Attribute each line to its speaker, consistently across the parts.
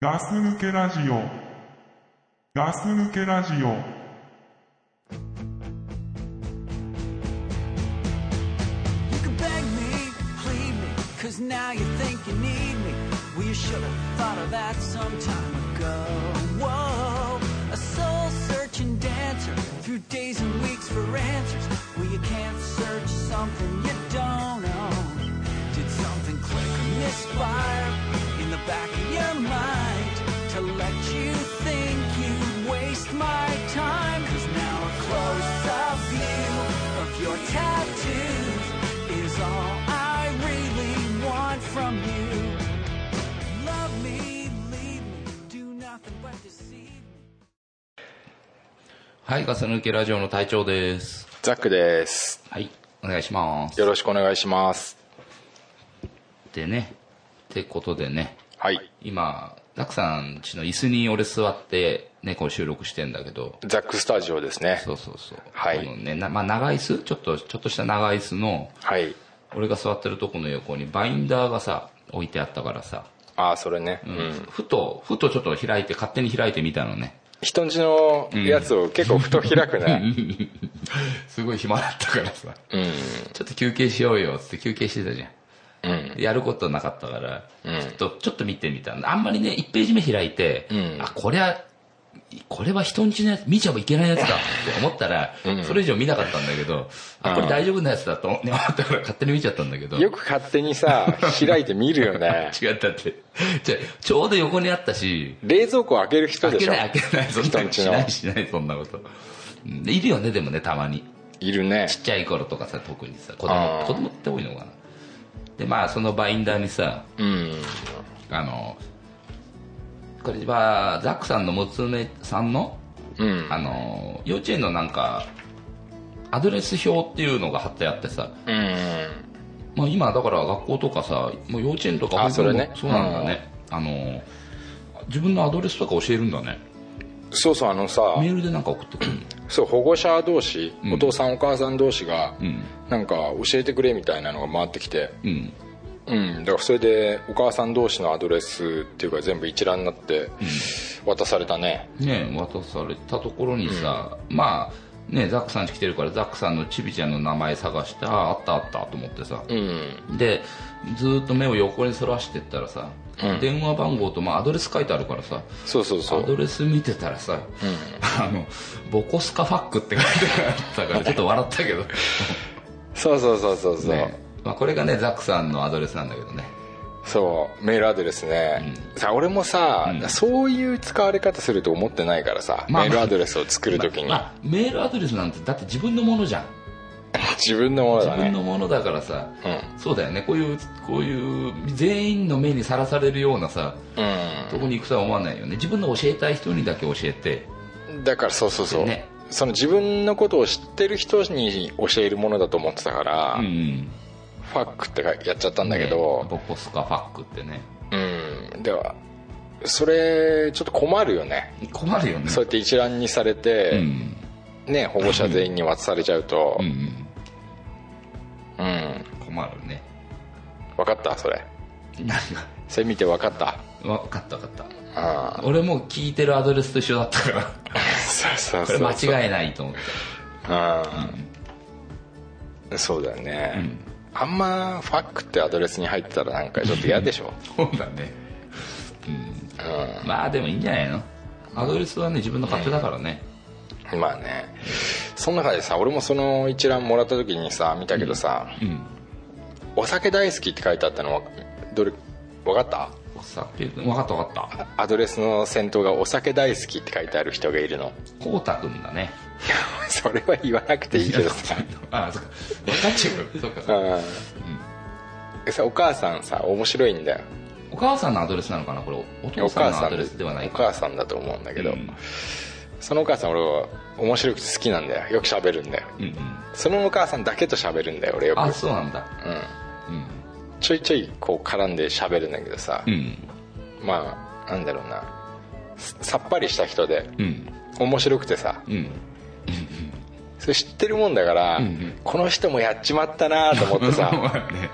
Speaker 1: ガス抜けラジオ。ガス抜けラジオ。
Speaker 2: You can beg me, plead me, cause now you think you need me. Well, you should have thought of that some time ago. Whoa, a soul searching dancer through days and weeks for answers. Well, you can't search something you don't own. Did something click or misfire in the back of your mind to let you think you'd waste my time? Cause now a close up view of your tattoos is all I really want from you. Love me, leave me, do nothing but deceive me.
Speaker 3: はい、ガス抜けラジオの隊長です。
Speaker 4: ザックです。
Speaker 3: はい、お願いします。
Speaker 4: よろしくお願いします。
Speaker 3: でね、ってことでね、
Speaker 4: はい。
Speaker 3: 今、ダクさんちの椅子に俺座って、ね、こう収録してんだけど、
Speaker 4: ザックスタジオですね。
Speaker 3: そうそうそう。
Speaker 4: はい
Speaker 3: このね、なまあ、長椅子ちょっと、ちょっとした長椅子の、
Speaker 4: はい。
Speaker 3: 俺が座ってるとこの横にバインダーがさ、置いてあったからさ、
Speaker 4: ああ、それね。う
Speaker 3: うん
Speaker 4: ん。
Speaker 3: ふと、ふとちょっと開いて、勝手に開いてみたのね。
Speaker 4: 人んちのやつを結構ふと開くね。
Speaker 3: すごい暇だったからさ、
Speaker 4: うん。
Speaker 3: ちょっと休憩しようよっつって休憩してたじゃん。
Speaker 4: うん。
Speaker 3: やることなかったから、
Speaker 4: うん
Speaker 3: ちょっと、ちょっと見てみたんだあんまりね、1ページ目開いて、
Speaker 4: うん
Speaker 3: あ、これは、これは人んちのやつ、見ちゃいけないやつだって思ったら、それ以上見なかったんだけど、あ、これ大丈夫なやつだと思ったから勝手に見ちゃったんだけど、
Speaker 4: よく勝手にさ、開いて見るよね。
Speaker 3: 違ったって。じゃちょうど横にあったし、
Speaker 4: 冷蔵庫開ける人
Speaker 3: 開
Speaker 4: で
Speaker 3: け
Speaker 4: しょ
Speaker 3: ない開けない、そんな
Speaker 4: 人ん
Speaker 3: の
Speaker 4: ち
Speaker 3: し
Speaker 4: の
Speaker 3: ないしない、そんなこと。うんでいるよね、でもね、たまに。
Speaker 4: いるね。
Speaker 3: ちっちゃい頃とかさ、特にさ、子供、
Speaker 4: あー
Speaker 3: 子供って多いのかな。で、まあ、そのバインダーにさ、
Speaker 4: うん。
Speaker 3: あの、これは、ザックさんの娘さんの、
Speaker 4: うん。
Speaker 3: あの、幼稚園のなんか、アドレス表っていうのが貼ってあってさ、
Speaker 4: うん。
Speaker 3: まあ今だから学校とかさ、もう幼稚園とか
Speaker 4: あ
Speaker 3: 保育園も
Speaker 4: それね
Speaker 3: そうなんだね。あの、自分のアドレスとか教えるんだね。
Speaker 4: そうそう、あのさ、
Speaker 3: メールでなんか送ってくるの
Speaker 4: そう、保護者同士、
Speaker 3: うん
Speaker 4: お父さんお母さん同士が
Speaker 3: ん、
Speaker 4: なんか教えてくれみたいなのが回ってきて、
Speaker 3: うん。
Speaker 4: うん、だからそれでお母さん同士のアドレスっていうか全部一覧になって渡されたね、
Speaker 3: ね、渡されたところにさ、まあ、ね、ザックさんち来てるから、ザックさんのちびちゃんの名前探して、ああ、あったあったと思ってさ、
Speaker 4: うん、
Speaker 3: でずーっと目を横にそらしてったらさ、
Speaker 4: うん
Speaker 3: 電話番号と、まあ、アドレス書いてあるからさ
Speaker 4: そうそうそ
Speaker 3: アド
Speaker 4: う
Speaker 3: レス見てたらさ、あのボコスカファックって書いてあった からちょっと笑ったけど、
Speaker 4: そうそうそうそうそう、
Speaker 3: ねまあ、これがねザックさんのアドレスなんだけどね
Speaker 4: そうメールアドレスね、さ俺もさ、
Speaker 3: うん
Speaker 4: そういう使われ方すると思ってないからさ、
Speaker 3: まあ
Speaker 4: メールアドレスを作るときに、
Speaker 3: まあまあメールアドレスなんてだって自分のものじゃん
Speaker 4: 自分のもの
Speaker 3: 自
Speaker 4: だ
Speaker 3: 分
Speaker 4: ね
Speaker 3: のものだからさ、
Speaker 4: う
Speaker 3: そうだよねこういうこういう全員の目にさらされるようなさとこに行くとは思わないよね自分の教えたい人にだけ教えて
Speaker 4: うんだからそうそうそう、
Speaker 3: ね
Speaker 4: その自分のことを知ってる人に教えるものだと思ってたから、
Speaker 3: ん
Speaker 4: ファックってやっちゃったんだけど、
Speaker 3: ねボコスカファックってね
Speaker 4: うんではそれちょっと困るよね
Speaker 3: 困るよね
Speaker 4: そうやって一覧にされ
Speaker 3: う
Speaker 4: て、
Speaker 3: ん
Speaker 4: ね保護者全員に渡されちゃうと
Speaker 3: うんうん
Speaker 4: うん、
Speaker 3: 困るね
Speaker 4: 分かったそれ
Speaker 3: 何
Speaker 4: それ見て分かった
Speaker 3: が分かった分かっ
Speaker 4: あ
Speaker 3: た俺も聞いてるアドレスと一緒だったから
Speaker 4: あそうそう
Speaker 3: こ
Speaker 4: そ
Speaker 3: れ
Speaker 4: う
Speaker 3: 間違いないと思って
Speaker 4: うんそうだよね、あんまファックってアドレスに入ってたらなんかちょっと嫌でしょ
Speaker 3: そうだねうんまあでもいいんじゃないのアドレスはね自分の勝手だからね
Speaker 4: まあねその中でさ俺もその一覧もらった時にさ見たけどさ、
Speaker 3: うん
Speaker 4: お酒大好きって書いてあったのはどれ分かった
Speaker 3: お酒分かった分かった
Speaker 4: アドレスの先頭が「お酒大好き」って書いてある人がいるの
Speaker 3: こうたくんだね
Speaker 4: それは言わなくていいけどさ
Speaker 3: あそっか分かっちゃうそっかそっか
Speaker 4: うんさお母さんさ面白いんだよ
Speaker 3: お母さんのアドレスなのかなこれお
Speaker 4: お
Speaker 3: 父さんの
Speaker 4: 母さ
Speaker 3: ア
Speaker 4: ん
Speaker 3: ドレスではない
Speaker 4: お
Speaker 3: か
Speaker 4: 母さんだと思うんだけど、
Speaker 3: うん
Speaker 4: そのお母さん俺は面白くて好きなんだよよく喋るんだよ
Speaker 3: うんうん
Speaker 4: そのお母さんだけと喋るんだよ俺よく、
Speaker 3: あそうなんだ
Speaker 4: うん、
Speaker 3: うん
Speaker 4: ちょいちょいこう絡んで喋るんだけどさ、
Speaker 3: うん
Speaker 4: まあなんだろうなささっぱりした人で
Speaker 3: うん
Speaker 4: 面白くてさ
Speaker 3: うん
Speaker 4: それ知ってるもんだから、
Speaker 3: んうん
Speaker 4: この人もやっちまったなと思ってさ
Speaker 3: まあね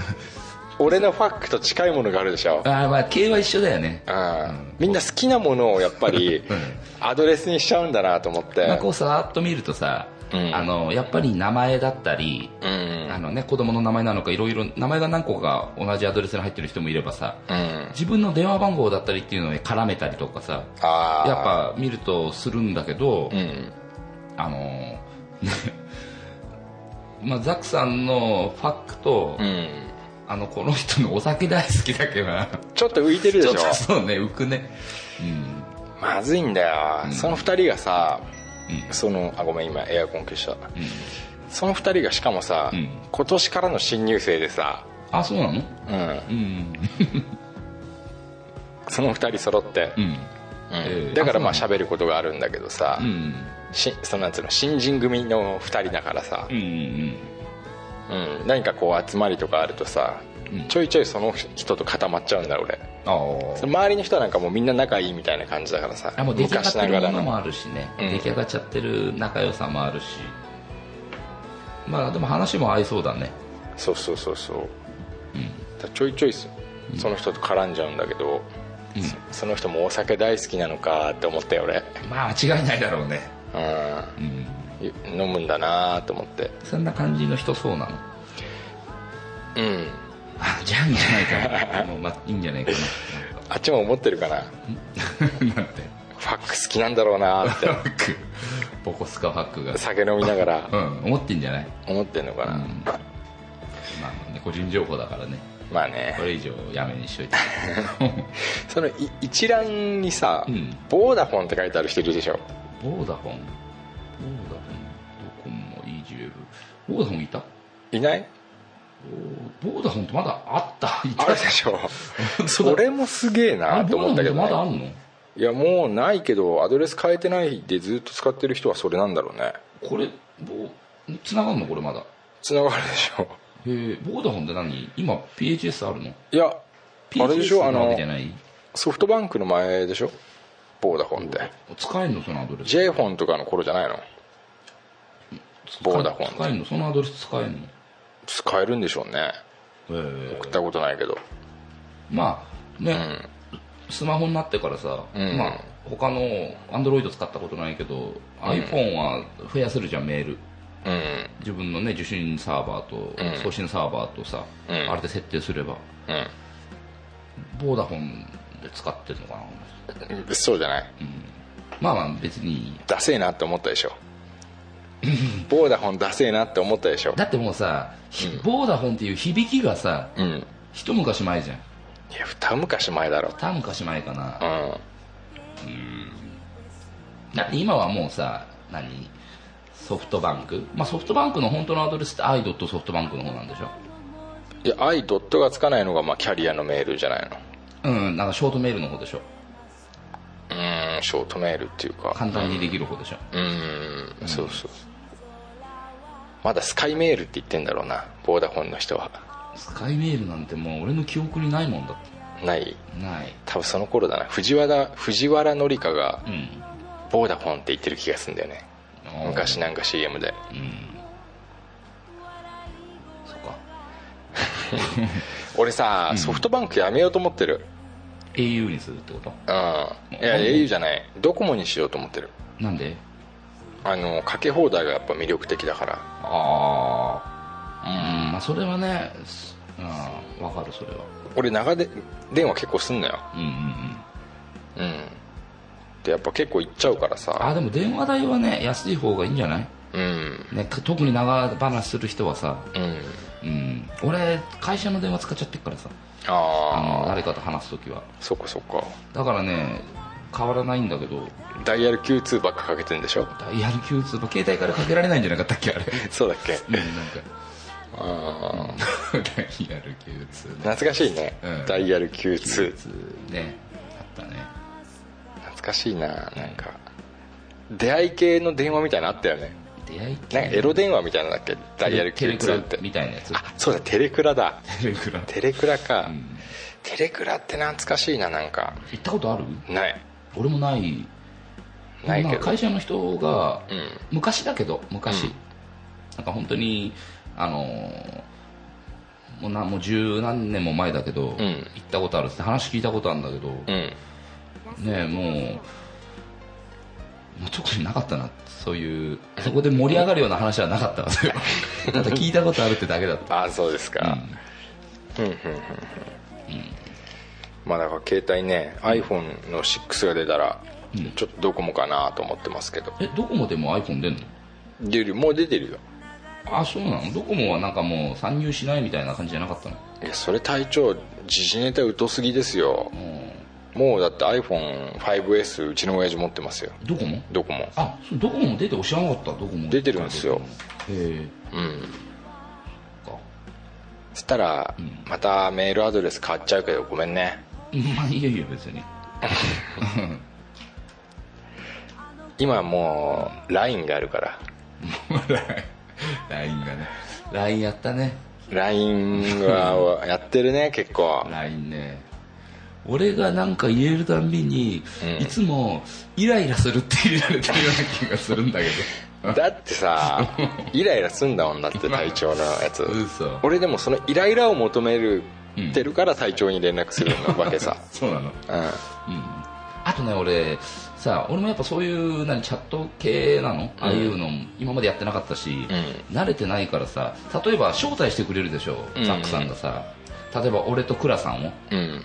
Speaker 4: 俺のファックと近いものがあるでしょ
Speaker 3: ああまあ系は一緒だよね
Speaker 4: うんみんな好きなものをやっぱりアドレスにしちゃうんだなと思って
Speaker 3: まあこうさーっと見るとさ、
Speaker 4: うん
Speaker 3: あのやっぱり名前だったり、
Speaker 4: うん
Speaker 3: あのね、子供の名前なのかいろいろ名前が何個か同じアドレスに入ってる人もいればさ、
Speaker 4: うん
Speaker 3: 自分の電話番号だったりっていうのに絡めたりとかさ
Speaker 4: ああ
Speaker 3: やっぱ見るとするんだけど、
Speaker 4: うん
Speaker 3: あのねまあ、ザクさんのファックと、
Speaker 4: うん
Speaker 3: あのこの人のお酒大好きだけは
Speaker 4: ちょっと浮いてるで
Speaker 3: ちょっ
Speaker 4: しょ
Speaker 3: とそうね浮くねうん
Speaker 4: まずいんだよ、その2人がさ、そのあごめん今エアコン消した、その2人がしかもさ、
Speaker 3: うん
Speaker 4: 今年からの新入生でさ、
Speaker 3: あそうなの
Speaker 4: うん、
Speaker 3: うん
Speaker 4: その2人揃って、
Speaker 3: う
Speaker 4: うん
Speaker 3: んえー
Speaker 4: だからまあ
Speaker 3: あそ
Speaker 4: 喋ることがあるんだけどさ、
Speaker 3: うん
Speaker 4: しそのなんつうの新人組の2人だからさ
Speaker 3: うんう、ん
Speaker 4: うん、何かこう集まりとかあるとさ、
Speaker 3: うん
Speaker 4: ちょいちょいその人と固まっちゃうんだ俺
Speaker 3: あー
Speaker 4: その周りの人なんかもうみんな仲いいみたいな感じだからさ
Speaker 3: あもう出来上がっ
Speaker 4: 昔
Speaker 3: て
Speaker 4: な
Speaker 3: る
Speaker 4: がら
Speaker 3: ものも
Speaker 4: の
Speaker 3: あるしね、
Speaker 4: うん
Speaker 3: 出来上がっちゃってる仲良さもあるしまあでも話も合いそうだね
Speaker 4: そうそうそうそう、だからちょいちょいそその人と絡んじゃうんだけど、そその人もお酒大好きなのかって思ったよ俺、
Speaker 3: まあ間違いないだろうね
Speaker 4: うん飲むんだなと思って
Speaker 3: そんな感じの人そうなの
Speaker 4: うん
Speaker 3: あじゃあいいんじゃない かなもう、まあ、いいんじゃないか
Speaker 4: あっちも思ってるかな
Speaker 3: ななんて
Speaker 4: ファック好きなんだろうなって
Speaker 3: フックボコスカファックが
Speaker 4: 酒飲みながら
Speaker 3: うん思ってんじゃない
Speaker 4: 思ってんのかな、
Speaker 3: うんまあね個人情報だからね
Speaker 4: まあ
Speaker 3: こ
Speaker 4: ね
Speaker 3: れ以上やめにしといて
Speaker 4: そのい一覧にさ、
Speaker 3: うん
Speaker 4: ボーダフォンって書いてある人いるでしょ
Speaker 3: ボーダフォンボーダフォンドコモ EGF ボーダフォンいた
Speaker 4: いない
Speaker 3: ボーボーダフォンってまだあったい
Speaker 4: あ
Speaker 3: た
Speaker 4: るでしょ
Speaker 3: そうだ
Speaker 4: それもすげえ
Speaker 3: あ
Speaker 4: な
Speaker 3: れ
Speaker 4: と
Speaker 3: ボー
Speaker 4: 思った
Speaker 3: ダ
Speaker 4: け
Speaker 3: フォンって
Speaker 4: ど、
Speaker 3: まだ
Speaker 4: ね、
Speaker 3: あんの
Speaker 4: いやもうないけどアドレス変えてないでずっと使ってる人はそれなんだろうね
Speaker 3: これボつながんのこれまだ
Speaker 4: つながるでしょ
Speaker 3: へえボーダフォンって何今 PHS あるの
Speaker 4: いやあれでし
Speaker 3: PHS
Speaker 4: ょあ
Speaker 3: なわけ
Speaker 4: の
Speaker 3: じゃない
Speaker 4: ソフトバンクの前でしょボーダフォンって
Speaker 3: 使えんのそのアドレス
Speaker 4: J フォンとかの頃じゃないのボーダフォン
Speaker 3: 使えんのそのアドレス使えんの
Speaker 4: 使えるんでしょうね送ったことないけど
Speaker 3: まあね、スマホになってからさ、
Speaker 4: うん
Speaker 3: まあ他のアンドロイド使ったことないけど、iPhone は増やせるじゃんメール
Speaker 4: うん
Speaker 3: 自分のね受信サーバーと、
Speaker 4: うん
Speaker 3: 送信サーバーとさ、
Speaker 4: うん
Speaker 3: あれで設定すればボーダフォンで使ってるのかな
Speaker 4: うんそうじゃない
Speaker 3: まあまあ別にいいや
Speaker 4: ダセえなって思ったで しょボーダフォンダセえなって思ったでしょ
Speaker 3: だってもうさ、ひボーダフォンっていう響きがさ
Speaker 4: うん
Speaker 3: 一昔前じゃん
Speaker 4: いや二昔前だろ
Speaker 3: 二昔前かな、
Speaker 4: うん
Speaker 3: だって今はもうさ何ソフトバンク、まあ、ソフトバンクの本当のアドレスってアイドットソフトバンクの方なんでしょ
Speaker 4: いや i ドットがつかないのがまあキャリアのメールじゃないの
Speaker 3: うんなんかショートメールの方でしょ
Speaker 4: うーんショートメールっていうか
Speaker 3: 簡単にできる方でしょ、
Speaker 4: うーんそうそうまだスカイメールって言ってんだろうなボーダフォンの人は
Speaker 3: スカイメールなんてもう俺の記憶にないもんだっ
Speaker 4: ない
Speaker 3: てない
Speaker 4: 多分その頃だな藤原藤原紀香が
Speaker 3: うん
Speaker 4: ボーダフォンって言ってる気がするんだよね
Speaker 3: あー
Speaker 4: 昔なんか CM で
Speaker 3: そっか
Speaker 4: 俺さソフトバンクやめようと思ってる
Speaker 3: au にするってこと
Speaker 4: うんいや
Speaker 3: うん
Speaker 4: au じゃないドコモにしようと思ってる
Speaker 3: なんで
Speaker 4: あのかけ放題がやっぱ魅力的だから
Speaker 3: ああうんまあそれはねすあーわかるそれは
Speaker 4: 俺長で電話結構すんのよ
Speaker 3: うんうんうん
Speaker 4: うんでやっぱ結構行っちゃうから
Speaker 3: あ
Speaker 4: さ
Speaker 3: でも電話代はね安い方がいいんじゃない
Speaker 4: うん
Speaker 3: ね、か特に長話する人はさ、
Speaker 4: うん
Speaker 3: うん、俺会社の電話使っちゃってっからさあの
Speaker 4: ああ
Speaker 3: 誰かと話す時は
Speaker 4: そっかそっか
Speaker 3: だからね変わらないんだけど
Speaker 4: ダイヤル Q2 ばっかかけてんでしょ
Speaker 3: ダイヤル Q2 の携帯からかけられないんじゃなかったっけあれ
Speaker 4: そうだっけ
Speaker 3: ねなんか
Speaker 4: あー
Speaker 3: ダイヤル Q2 ね
Speaker 4: 懐かしいね、
Speaker 3: うん
Speaker 4: ダイヤル Q2
Speaker 3: Q2 ねあったね
Speaker 4: 懐かしいななんか出会い系の電話みたいなのあったよね
Speaker 3: 出会い
Speaker 4: なんかエロ
Speaker 3: で
Speaker 4: 電話みたいなのだっけダイヤル
Speaker 3: テレク
Speaker 4: Q2
Speaker 3: ラ
Speaker 4: って
Speaker 3: みたいなやつ
Speaker 4: あそうだテレクラだ
Speaker 3: テレクラ
Speaker 4: テレクラか、
Speaker 3: ん
Speaker 4: テレクラって懐かしいななんか
Speaker 3: 行ったことある
Speaker 4: ない
Speaker 3: 俺もない
Speaker 4: ない
Speaker 3: ん
Speaker 4: け
Speaker 3: か
Speaker 4: ど
Speaker 3: 会社の人が、
Speaker 4: うん
Speaker 3: 昔だけど昔、
Speaker 4: うん
Speaker 3: なんか本当にあのーもうなもう十何年も前だけど、
Speaker 4: うん
Speaker 3: 行ったことあるって話聞いたことあるんだけど、
Speaker 4: うん
Speaker 3: ねえもう、まあ、特になかったなそういうそこで盛り上がるような話はなかったわそれは ただ聞いたことあるってだけだった
Speaker 4: ああそうですかうんうんうんうんまあだから携帯ね iPhone の6が出たらちょっとドコモかなと思ってますけど
Speaker 3: えドコモでも iPhone 出んの
Speaker 4: 出るもう出てるよ
Speaker 3: あそうなのドコモはなんかもう参入しないみたいな感じじゃなかったの
Speaker 4: いやそれ隊長時事ネタ疎すぎですよもうだって iPhone5S うちの親父持ってますよ
Speaker 3: ドコモ
Speaker 4: ドコモ
Speaker 3: あそうドコモも出てお知らなかったドコモ
Speaker 4: 出てるんですよ
Speaker 3: へ
Speaker 4: うん
Speaker 3: えか
Speaker 4: そしたらまたメールアドレス変わっちゃうけどごめんね
Speaker 3: まあいいよいいよ 別に
Speaker 4: 今もう LINE があるから
Speaker 3: LINE がね LINE やったね
Speaker 4: LINE はやってるね 結構
Speaker 3: LINE ね俺がなんか言えるたんびに、いつもイライラするって入れられてるような気がするんだけ
Speaker 4: だってさイライラすんだもんだって隊長のやつ
Speaker 3: ど嘘
Speaker 4: 俺でもそのイライラを求めるてるから隊長に連絡するわ けさ
Speaker 3: そうなの
Speaker 4: うん
Speaker 3: あとね俺さ俺もやっぱそういう何チャット系なの、ああいうの今までやってなかったし、慣れてないからさ例えば招待してくれるでしょ、
Speaker 4: ん
Speaker 3: ザックさんがさ例えば俺とクラさんを
Speaker 4: うん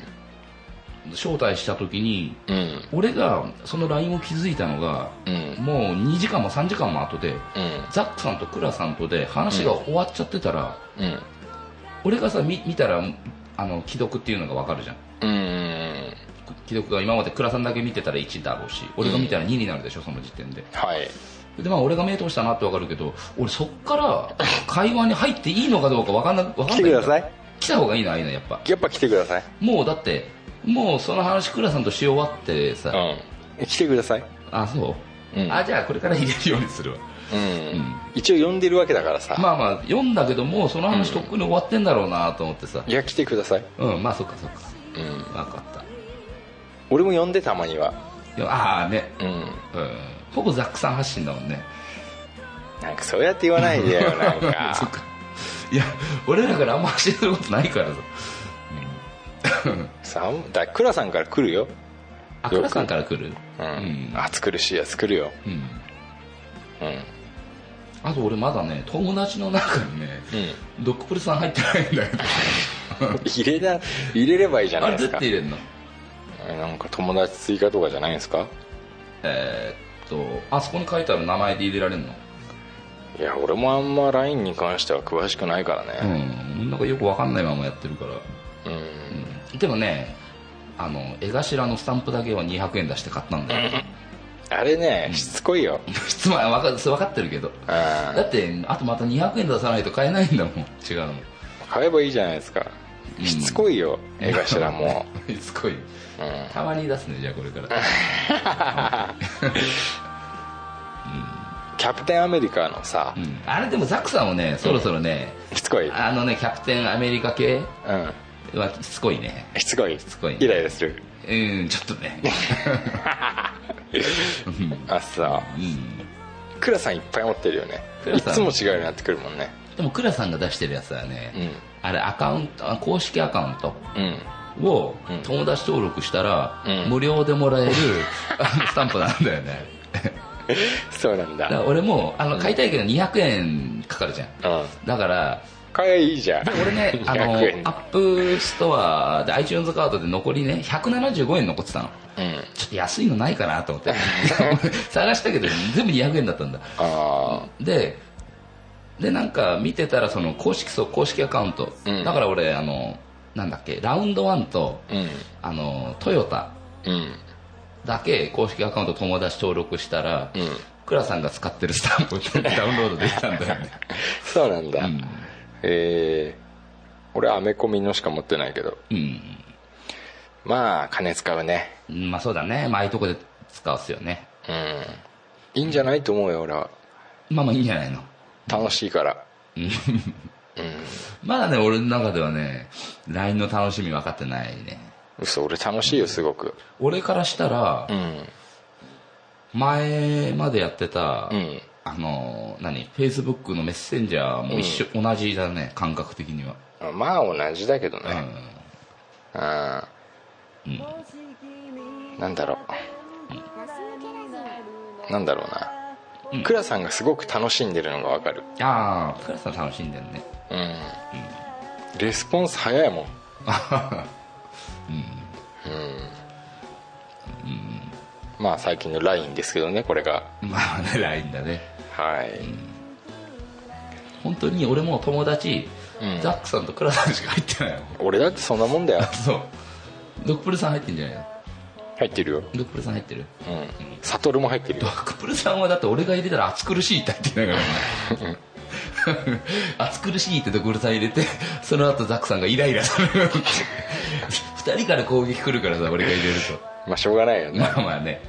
Speaker 3: 招待した時に
Speaker 4: うん
Speaker 3: 俺がその LINE を気づいたのが、
Speaker 4: うん
Speaker 3: もう2時間も3時間も後で、
Speaker 4: うん
Speaker 3: ザックさんとクラさんとで話が終わっちゃってたら、
Speaker 4: うん
Speaker 3: 俺がさ見見たらあの既読っていうのがわかるじゃん
Speaker 4: うん
Speaker 3: 既読が今までクラさんだけ見てたら1だろうし俺が見たら2になるでしょその時点で
Speaker 4: はい
Speaker 3: でまあ俺が目通したなってわかるけど俺そっから会話に入っていいのかどうかわかんなわかんない
Speaker 4: 来てくださ
Speaker 3: い
Speaker 4: い
Speaker 3: 来た方がいいなああいうのやっぱ
Speaker 4: やっぱ来てください
Speaker 3: もうだってもうその話クラさんとし終わってさ、
Speaker 4: うん来てください
Speaker 3: あそうう、
Speaker 4: ん
Speaker 3: あじゃあこれから入れるようにするわ
Speaker 4: うん一応呼んでるわけだからさ
Speaker 3: まあまあ読んだけどもうその話とっくに終わってんだろうなと思ってさ
Speaker 4: いや来てください
Speaker 3: うん、まあそっかそっか
Speaker 4: うん
Speaker 3: わかった
Speaker 4: 俺も呼んでたまには
Speaker 3: でもああね
Speaker 4: うん
Speaker 3: うんほぼザックさん発信だもんね
Speaker 4: なんかそうやって言わないでよ なん
Speaker 3: そっ
Speaker 4: か
Speaker 3: かいや俺らからあんま発信することないからさ
Speaker 4: さんだ倉さんから来るよ
Speaker 3: あくらさんから来る
Speaker 4: う
Speaker 3: うん
Speaker 4: ん暑苦しいやつ来るよ
Speaker 3: うん
Speaker 4: うん
Speaker 3: あと俺まだね友達の中にね
Speaker 4: う
Speaker 3: ドッグプルさん入ってないんだけど
Speaker 4: 入れな入れればいいじゃ
Speaker 3: あ
Speaker 4: ない
Speaker 3: れ
Speaker 4: で
Speaker 3: どうや
Speaker 4: すか
Speaker 3: って入れんの
Speaker 4: なんか友達追加とかじゃないんですか
Speaker 3: えーっとあそこに書いてある名前で入れられるの
Speaker 4: いや俺もあんま LINE に関しては詳しくないから
Speaker 3: う
Speaker 4: ね
Speaker 3: んなんかよくわかんないままやってるから
Speaker 4: うん、
Speaker 3: でもねあの絵頭のスタンプだけは200円出して買ったんだよ
Speaker 4: あれねしつこいよ、
Speaker 3: 質問わか分かってるけど
Speaker 4: うん
Speaker 3: だってあとまた200円出さないと買えないんだもん 違うの
Speaker 4: 買えばいいじゃないですかしつこいよ絵 頭も
Speaker 3: すごい
Speaker 4: うん
Speaker 3: たまに出すねじゃあこれから
Speaker 4: キャプテンアメリカのさ
Speaker 3: うんあれでもザックさんもねそろそろね、
Speaker 4: しつこいうん
Speaker 3: あのねキャプテンアメリカ系はしつこいね
Speaker 4: しつこいし
Speaker 3: つこい
Speaker 4: イライラする
Speaker 3: うんちょっと ね
Speaker 4: あさ
Speaker 3: うん
Speaker 4: クラさんいっぱい持ってるよね
Speaker 3: 倉
Speaker 4: い
Speaker 3: さん
Speaker 4: つも違うようになってくるもんね
Speaker 3: でもクラさんが出してるやつはね、
Speaker 4: うん
Speaker 3: あれアカウントあ公式アカウント
Speaker 4: うん
Speaker 3: を友達登録したら、
Speaker 4: うん
Speaker 3: 無料でもらえ るあのスタンプなんだよね
Speaker 4: そうなんだ
Speaker 3: だから俺もあの買いたいけど200円かかるじゃん
Speaker 4: うん
Speaker 3: だから
Speaker 4: 買えばいいじゃん
Speaker 3: 俺 ねあの
Speaker 4: 100円
Speaker 3: アップストアで iTunes カードで残りね175円残ってたの
Speaker 4: うん
Speaker 3: ちょっと安いのないかなと思って 探したけど全部200円だったんだ
Speaker 4: あ
Speaker 3: ででなんか見てたらその公式そう公式アカウント、
Speaker 4: うん
Speaker 3: だから俺あのなんだっけラウンドワンと、
Speaker 4: あうん
Speaker 3: あのトヨタ
Speaker 4: うん
Speaker 3: だけ公式アカウント友達登録したら、
Speaker 4: うん
Speaker 3: クラさんが使ってるスタンプをダウンロードできたんだよね
Speaker 4: そうなんだ、
Speaker 3: ん
Speaker 4: えー、俺アメコミのしか持ってないけど
Speaker 3: う
Speaker 4: まあ金使うね
Speaker 3: んまあそうだねまあああいうとこで使うっすよね
Speaker 4: うんいいんじゃないと思うよ俺は
Speaker 3: まあまあいいんじゃないの
Speaker 4: 楽しいから
Speaker 3: まだね俺の中ではね LINE の楽しみ分かってないね
Speaker 4: 嘘俺楽しいよすごく
Speaker 3: 俺からしたら
Speaker 4: うん
Speaker 3: 前までやってた、
Speaker 4: うん
Speaker 3: あの何フェイスブックのメッセンジャーも一緒、同じだね感覚的には
Speaker 4: まあ同じだけどね、うんなんだろうなんだろうな
Speaker 3: うん
Speaker 4: 倉さんがすごく楽しんでるのがわかる
Speaker 3: ああ倉さん楽しんでるね
Speaker 4: うん、レスポンス早いもんうんまあ最近の LINE ですけどねこれが
Speaker 3: まあね LINE だね
Speaker 4: はい、
Speaker 3: 本当に俺も友達、
Speaker 4: うん
Speaker 3: ザックさんと倉さんしか入ってないもん
Speaker 4: 俺だってそんなもんだよ
Speaker 3: そうドクプルさん入ってんじゃないの
Speaker 4: 入ってるよ
Speaker 3: ドクプルさん入ってる
Speaker 4: うんサトルも入ってる
Speaker 3: ド
Speaker 4: よ
Speaker 3: クプルさんはだって俺が入れたら暑苦しいって言ってながらね暑苦しいってドクプルさん入れてその後ザックさんがイライラするよって2人から攻撃来るからさ俺が入れる
Speaker 4: まあしょうがないよ
Speaker 3: と
Speaker 4: ね
Speaker 3: まあまあね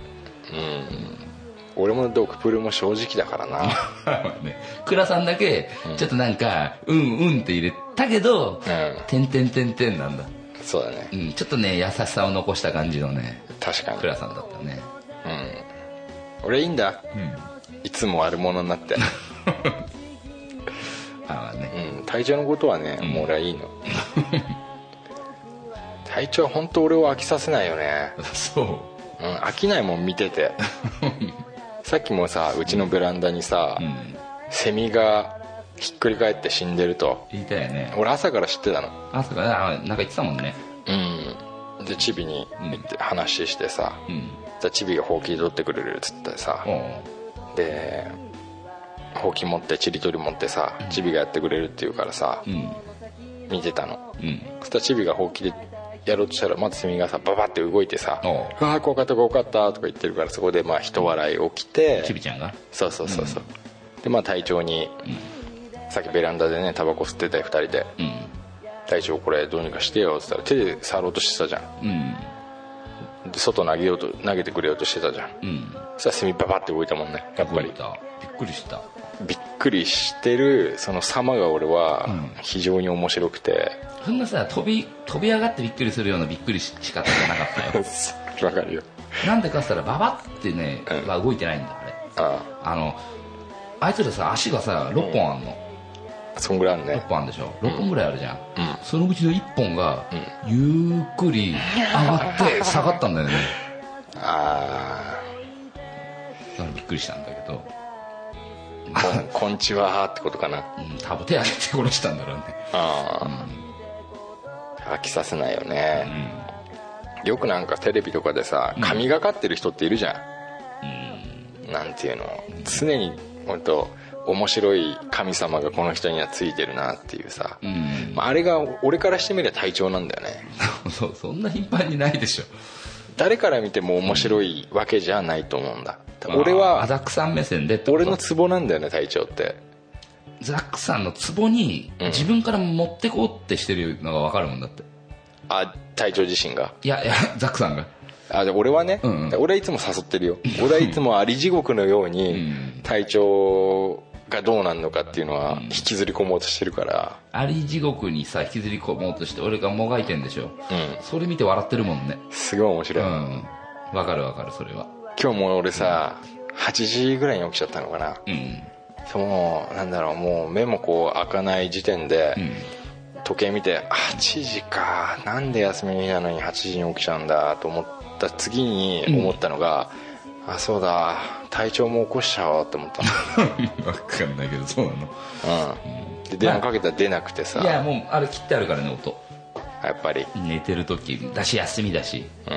Speaker 4: 俺もドクプルも正直だからな
Speaker 3: まあまあね倉さんだけちょっとなんか「うんうん」って入れたけど
Speaker 4: うん
Speaker 3: 「てんてんてんてん」なんだ
Speaker 4: そうだね
Speaker 3: うんちょっとね優しさを残した感じのね
Speaker 4: 確かに
Speaker 3: 倉さんだったね
Speaker 4: 俺いいんだ
Speaker 3: うん
Speaker 4: いつも悪者にな って、
Speaker 3: まあまあね
Speaker 4: うん、体調のことはね、もう俺は いいの体調は本当俺を飽きさせないよね、
Speaker 3: そ
Speaker 4: うん、飽きないもん見 ててさっきもさうちのベランダにさ、
Speaker 3: ううん
Speaker 4: セミがひっくり返って死んでると
Speaker 3: 言いたいよね
Speaker 4: 俺朝から知ってたの
Speaker 3: あそうかあなんか言ってたもんね
Speaker 4: うんでチビに行って話してさ、
Speaker 3: うん
Speaker 4: じゃあチビがほうき取ってくれるっつってさ、
Speaker 3: おう
Speaker 4: でほうき持ってちりとり持ってさチビがやってくれるって言うからさ
Speaker 3: うん
Speaker 4: 見てたの
Speaker 3: うん
Speaker 4: そしたらチビがほうきでやろうとしたらまずセミがさババって動いてさ「
Speaker 3: おう
Speaker 4: ああ怖かった怖かった」とか言ってるからそこでまあ人笑い起きて
Speaker 3: ちびちゃんが
Speaker 4: そうそうそうそうでまあ隊長に、さっきベランダでねタバコ吸ってたよ2人で
Speaker 3: うん
Speaker 4: 「隊長これどうにかしてよ」っつったら手で触ろうとしてたじゃん
Speaker 3: うん
Speaker 4: で外投げようと投げてくれようとしてたじゃん
Speaker 3: うん
Speaker 4: そしたらセミババって動いたもんねやっぱ
Speaker 3: び
Speaker 4: り
Speaker 3: っくりした
Speaker 4: びっくりしてるその様が俺は非常に面白く て、
Speaker 3: そんなさ飛び飛び上がってびっくりするようなびっくりし仕方じゃなかった よ
Speaker 4: わかるよ
Speaker 3: なんでかっつったらババってね
Speaker 4: うん
Speaker 3: は動いてないんだあれ
Speaker 4: あ
Speaker 3: あのあいつらさ足がさ6本あんの
Speaker 4: あそんぐらいある
Speaker 3: 6
Speaker 4: ね
Speaker 3: 本あんでしょ6本ぐらいあるじゃん、
Speaker 4: うん
Speaker 3: そのうちの1本が、ゆっくり上がって下がったんだよね
Speaker 4: あ
Speaker 3: だからびっくりしたんだけど、
Speaker 4: あこんこんちはってことかな
Speaker 3: うん、多分手挙げて殺したんだろうね
Speaker 4: ああ飽きさせないよね、よくなんかテレビとかでさ神がかってる人っているじゃん、なんていうの常に本当面白い神様がこの人にはついてるなっていうさ、
Speaker 3: うん
Speaker 4: まあ、あれが俺からしてみれば体調なんだよね
Speaker 3: そそんな頻繁にないでしょ
Speaker 4: 誰から見ても面白いわけじゃないと思うんだ俺は
Speaker 3: あザックさん目線でってこと
Speaker 4: 俺のツボなんだよね隊長って
Speaker 3: ザックさんのツボに
Speaker 4: ん
Speaker 3: 自分から持ってこうってしてるのが分かるもんだって
Speaker 4: あ隊長自身が
Speaker 3: いやいや ザックさんが
Speaker 4: あで俺はね、
Speaker 3: うんうん
Speaker 4: 俺はいつも誘ってるよ俺はいつもあり地獄のよう に
Speaker 3: ん
Speaker 4: 隊長がどうなんのかっていうのは引きずり込もうとしてるから
Speaker 3: あり地獄にさ引きずり込もうとして俺がもがいてんでしょ、
Speaker 4: うん
Speaker 3: それ見て笑ってるもんね
Speaker 4: すごい面
Speaker 3: う
Speaker 4: 白い、
Speaker 3: ん分かる分かるそれは
Speaker 4: 今日も俺さ8時ぐらいに起きちゃったのかな
Speaker 3: うん
Speaker 4: そうもうなんだろうもう目もこう開かない時点で、
Speaker 3: うん
Speaker 4: 時計見て8時かなんで休みの日なのに8時に起きちゃうんだと思った次に思ったのが、あそうだ体調も起こしちゃおうって思った
Speaker 3: 分かんないけどそうなの
Speaker 4: の、うん、で電話かけたら出なくてさ
Speaker 3: いやもうあれ切ってあるからね音
Speaker 4: やっぱり、
Speaker 3: 寝てる時だし休みだし
Speaker 4: う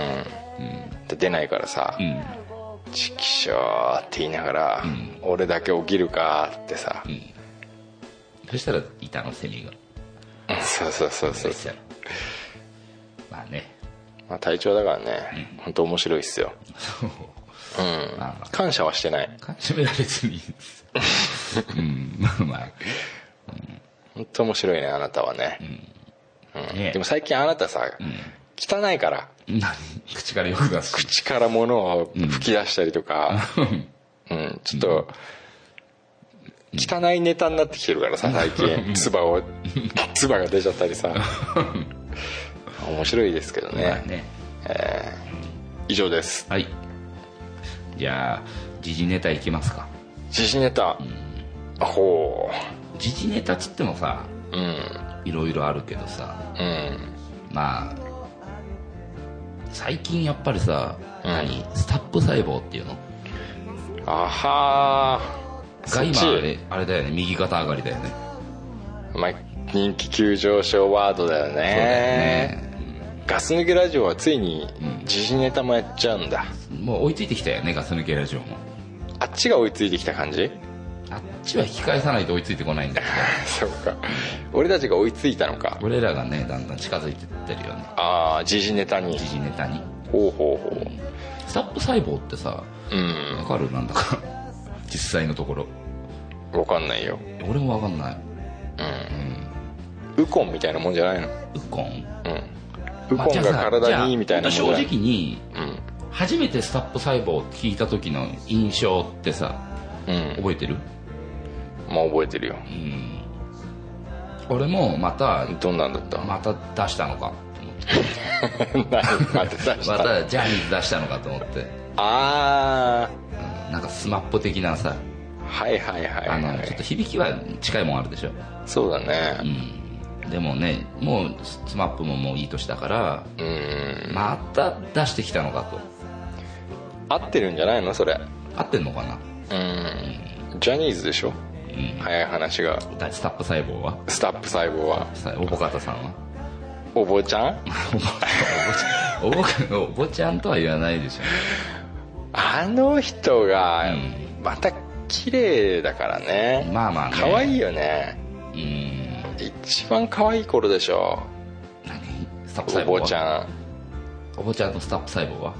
Speaker 4: んで出ないからさ
Speaker 3: うん
Speaker 4: 「ちきしょう」って言いながら、俺だけ起きるか」ってさ、
Speaker 3: そしたらいたのセミが
Speaker 4: そうそうそうそう、
Speaker 3: そしたらまあね
Speaker 4: まあ、体調だからね、本当面白いっすよ、うん、
Speaker 3: まあまあ
Speaker 4: 感謝はしてない
Speaker 3: かしめられずにうんまあまあ
Speaker 4: 本当面白いねあなたはね、
Speaker 3: ね
Speaker 4: でも最近あなたさ、汚いから
Speaker 3: 何口からよく出すし
Speaker 4: 口から物を吹き出したりとか、うんちょっと汚いネタになってきてるからさ最近唾を唾が出ちゃったりさ面白いですけどね,、
Speaker 3: まあね
Speaker 4: 以上です
Speaker 3: はいじゃあ時事ネタいきますか
Speaker 4: 時事ネタ、ほ
Speaker 3: 時事ネタっつってもさ
Speaker 4: ううん
Speaker 3: いろいろあるけどさ
Speaker 4: うん
Speaker 3: まあ最近やっぱりさ、
Speaker 4: うん
Speaker 3: 何スタップ細胞っていうの
Speaker 4: あはー
Speaker 3: が
Speaker 4: そっ
Speaker 3: 今
Speaker 4: ち
Speaker 3: あれあれだよね右肩上がりだよね
Speaker 4: まあ、人気急上昇ワードだよね
Speaker 3: そうだよね
Speaker 4: ガス抜けラジオはついに時事ネタもやっちゃうんだ、
Speaker 3: もう追いついてきたよねガス抜けラジオも
Speaker 4: あっちが追いついてきた感じ
Speaker 3: あっちは引き返さないと追いついてこないんだけ
Speaker 4: そうか俺たちが追いついたのか
Speaker 3: ど俺らがねだんだん近づいてってるよね
Speaker 4: ああ時事ネタに
Speaker 3: 時事ネタに
Speaker 4: ほうほうほ
Speaker 3: スタップ細胞ってさ
Speaker 4: ううん
Speaker 3: わかるなんだか 実際のところ
Speaker 4: 分かんないよ
Speaker 3: 俺もわかんない
Speaker 4: ウコンみたいなもんじゃないの
Speaker 3: ウコン
Speaker 4: うんウ
Speaker 3: まあ
Speaker 4: コ
Speaker 3: じゃ
Speaker 4: ン
Speaker 3: あさ
Speaker 4: が
Speaker 3: じゃ
Speaker 4: 体
Speaker 3: あ
Speaker 4: にいいみたいなもんじゃ
Speaker 3: ほん
Speaker 4: な
Speaker 3: と
Speaker 4: い
Speaker 3: 正直に
Speaker 4: うん
Speaker 3: 初めてスタップ細胞って聞いた時の印象ってさ
Speaker 4: うん
Speaker 3: 覚えてる
Speaker 4: まあ覚えてるよ
Speaker 3: うん俺もまた
Speaker 4: どんなんだった、
Speaker 3: また出したのかと思って
Speaker 4: 何また出し
Speaker 3: ま
Speaker 4: た、あ
Speaker 3: たジャニーズ出したのかと思って
Speaker 4: あ
Speaker 3: うんなんかスマップ的なさ
Speaker 4: ーはいはいはい
Speaker 3: あ
Speaker 4: は
Speaker 3: のちょっと
Speaker 4: い
Speaker 3: 響きは近いもんあるでしょ
Speaker 4: そうだね
Speaker 3: うんでもねもうスマップももういい年だから
Speaker 4: うん
Speaker 3: また出してきたのかと
Speaker 4: 合ってるんじゃないのそれ
Speaker 3: 合ってんのかな
Speaker 4: うんジャニーズでしょ、早い話が
Speaker 3: だスタップ細胞は
Speaker 4: スタップ細胞は
Speaker 3: さおぼかたさんは
Speaker 4: お坊ちゃん
Speaker 3: おぼちゃんおぼちゃんとは言わないでしょ
Speaker 4: あの人が
Speaker 3: うん
Speaker 4: また綺麗だからね
Speaker 3: まあまあね
Speaker 4: 可愛いよね
Speaker 3: うん
Speaker 4: 一番可愛い頃でしょ
Speaker 3: 何スタップ
Speaker 4: お
Speaker 3: 細胞は
Speaker 4: 坊ちゃん
Speaker 3: おぼちゃんとスタップ細胞は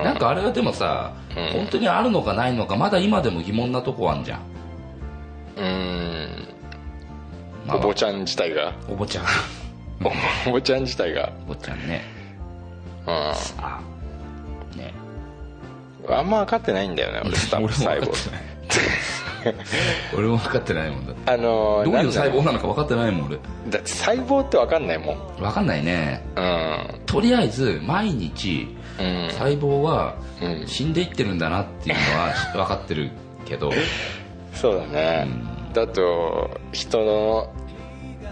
Speaker 4: う
Speaker 3: なん
Speaker 4: ん
Speaker 3: かあれはでもさ、
Speaker 4: うん
Speaker 3: 本当にあるのかないのかまだ今でも疑問なとこあんじゃん、
Speaker 4: うん
Speaker 3: まあ
Speaker 4: お坊ちゃん自体が
Speaker 3: おぼちゃん
Speaker 4: お坊ちゃん自体が
Speaker 3: おぼちゃんね
Speaker 4: う
Speaker 3: あね
Speaker 4: んあんま分かってないんだよね俺スタップ細
Speaker 3: 俺も分
Speaker 4: 胞
Speaker 3: かってない 俺も分かってないもんだって
Speaker 4: あの
Speaker 3: ど
Speaker 4: ー
Speaker 3: ういう細
Speaker 4: なん
Speaker 3: 胞なのか分かってないもん俺
Speaker 4: だって細胞って分かんないもん
Speaker 3: 分かんないね
Speaker 4: うん
Speaker 3: とりあえず毎日
Speaker 4: うん
Speaker 3: 細胞は
Speaker 4: うん
Speaker 3: 死んでいってるんだなっていうのは分かってるけど
Speaker 4: そうだね、だと人の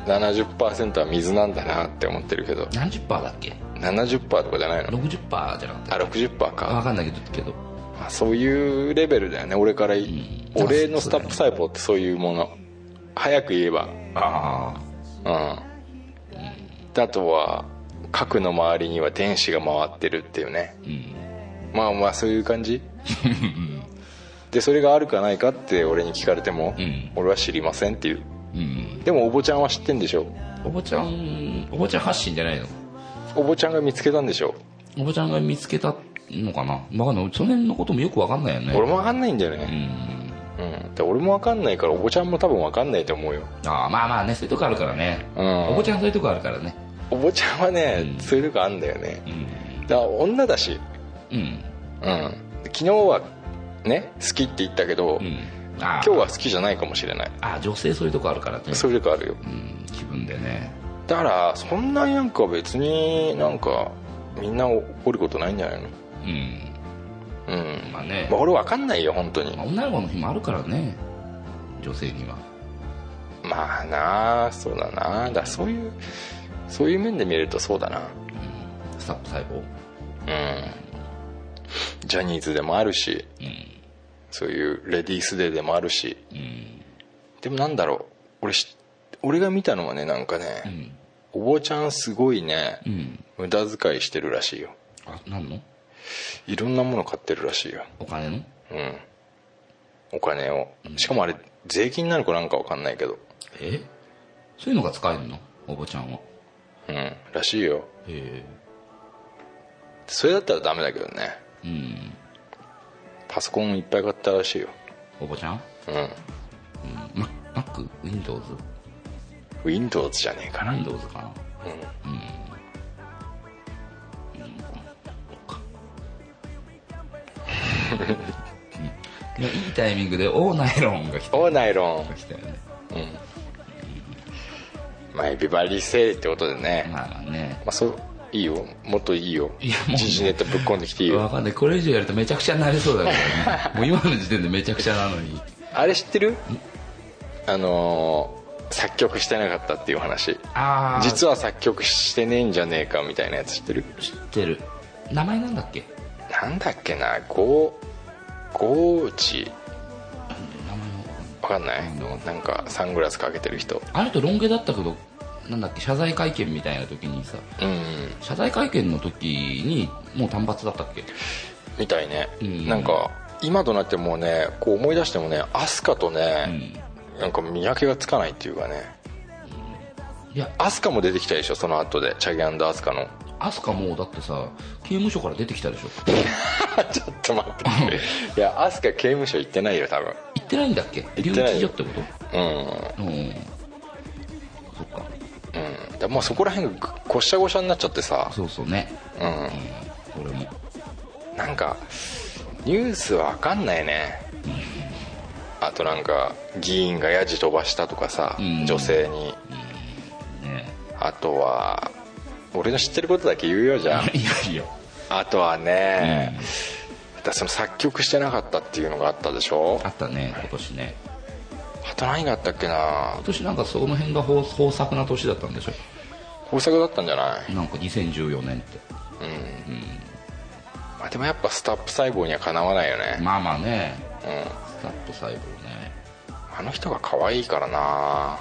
Speaker 4: 70%は水なんだなって思ってるけど
Speaker 3: 何十パーだっけ
Speaker 4: 70%とかじゃないの
Speaker 3: 60パーじゃなかった
Speaker 4: あ60%
Speaker 3: あ分
Speaker 4: か
Speaker 3: かんないけどけど
Speaker 4: まあそういうレベルだよね俺からい、
Speaker 3: うん
Speaker 4: 俺のスタップ細胞ってそういうもの早く言えば
Speaker 3: ああ
Speaker 4: うんあとは核の周りには電子が回ってるっていうね
Speaker 3: うん
Speaker 4: まあまあそういう感 じでそれがあるかないかって俺に聞かれても、
Speaker 3: うん
Speaker 4: 俺は知りませんっていう
Speaker 3: うん
Speaker 4: でもおぼちゃんは知ってんでしょ
Speaker 3: おぼちゃんおぼちゃん発信じゃないの
Speaker 4: おぼちゃんが見つけたんでしょ、
Speaker 3: おばちゃんが見つけたのかなわかんないその辺のこともよくわかんないよね
Speaker 4: 俺も分かんないんだよ
Speaker 3: う
Speaker 4: ね、
Speaker 3: ん
Speaker 4: うん、で俺も分かんないからおぼちゃんも多分分かんないと思うよ
Speaker 3: ああまあまあねそういうとこあるからね、
Speaker 4: うん
Speaker 3: おばちゃんそういうとこあるからね
Speaker 4: おぼちゃんはね、そういうとこあんだよねだから女だし、
Speaker 3: うん
Speaker 4: うん、昨日はね好きって言ったけど、
Speaker 3: うん
Speaker 4: 今
Speaker 3: ああ
Speaker 4: 日は好きじゃないかもしれない
Speaker 3: ああ女性そういうとこあるからね
Speaker 4: そういうとこあるよ
Speaker 3: うん気分でね
Speaker 4: だからそんなになんか別になんかみんな怒ることないんじゃないの
Speaker 3: うん
Speaker 4: うん、
Speaker 3: まあね
Speaker 4: まあ、俺分かんないよ本当に
Speaker 3: まあ女の子の日もあるからね女性には
Speaker 4: まあなあそうだなだからそういうそういう面で見るとそうだな
Speaker 3: スタップ細胞
Speaker 4: うんジャニーズでもあるし、そういうレディースデーでもあるし、でもなんだろう俺し俺が見たのはねなんかね、お坊ちゃんすごいね、
Speaker 3: うん
Speaker 4: 無駄遣いしてるらしいよ
Speaker 3: あなんの
Speaker 4: いろんなもの買ってるらしいよ
Speaker 3: お金の
Speaker 4: うんお金をしかもあれ税金なのかなんかわかんないけど
Speaker 3: えそういうのが使えるのおばちゃんは
Speaker 4: うんらしいよ
Speaker 3: へ
Speaker 4: それだったらダメだけどね
Speaker 3: えうん
Speaker 4: パソコンいっぱい買ったらしいよ
Speaker 3: おばちゃん
Speaker 4: うん
Speaker 3: ママック Windows
Speaker 4: Windows じゃねえかな
Speaker 3: Windows かなうん、うんうん、いやいいタイミングでオーナイロンが来た
Speaker 4: おナイロン
Speaker 3: が来たよね
Speaker 4: まあエビバリーセールってことでね、ま
Speaker 3: まあね
Speaker 4: あ、そういいよもっといいよ
Speaker 3: いやもう
Speaker 4: 時事ネタぶっ込んできていい
Speaker 3: わ
Speaker 4: よ
Speaker 3: かんないこれ以上やるとめちゃくちゃになりそうだからねもう今の時点でめちゃくちゃなのに
Speaker 4: あれ知ってるあのー作曲してなかったっていう話
Speaker 3: ああ
Speaker 4: 実は作曲してねえんじゃねえかみたいなやつ知ってる
Speaker 3: 知ってる名前なんだっけ
Speaker 4: なんだっけなゴーゴーチ
Speaker 3: 名前の
Speaker 4: わかんないなんかサングラスかけてる人
Speaker 3: あの人ロン毛だったけどなんだっけ謝罪会見みたいな時にさ
Speaker 4: うん
Speaker 3: 謝罪会見の時にもう単発だったっけ
Speaker 4: みたいね、
Speaker 3: うん
Speaker 4: なんか今となってもうねこう思い出してもねアスカと
Speaker 3: う
Speaker 4: ね、
Speaker 3: ん
Speaker 4: なんか見分けがつかないっていうかね
Speaker 3: いや
Speaker 4: アスカも出てきたでしょその後でチャゲアスカの
Speaker 3: アスカもうだってさ刑務所から出てきたでしょ
Speaker 4: ちょっと 待っていやアスカ刑務所行ってないよ多分
Speaker 3: 行ってないんだっけ留
Speaker 4: 行ってない
Speaker 3: 置所
Speaker 4: よ
Speaker 3: ってこ
Speaker 4: う
Speaker 3: と
Speaker 4: ん
Speaker 3: うんそっか
Speaker 4: うんでもうそこら辺がごっしゃごしゃになっちゃってさ
Speaker 3: そうそうね
Speaker 4: う
Speaker 3: 俺も
Speaker 4: んなんかニュースわかんないねあとなんか議員がヤジ飛ばしたとかさ、
Speaker 3: うん
Speaker 4: 女性に
Speaker 3: ね
Speaker 4: あとは俺の知ってることだけ言うよ じゃあ
Speaker 3: いやいや
Speaker 4: あとはね、だその作曲してなかったっていうのがあったでしょ
Speaker 3: あったね今年ね
Speaker 4: あと何があったっけな
Speaker 3: 今年なんかその辺が豊豊作な年だったんでしょ
Speaker 4: 豊作だったんじゃない、
Speaker 3: なんか2014年って
Speaker 4: まあ、でもやっぱスタップ細胞にはかなわないよね、
Speaker 3: まあまあね
Speaker 4: うん、
Speaker 3: スタップ細胞ね
Speaker 4: あの人が可愛いからな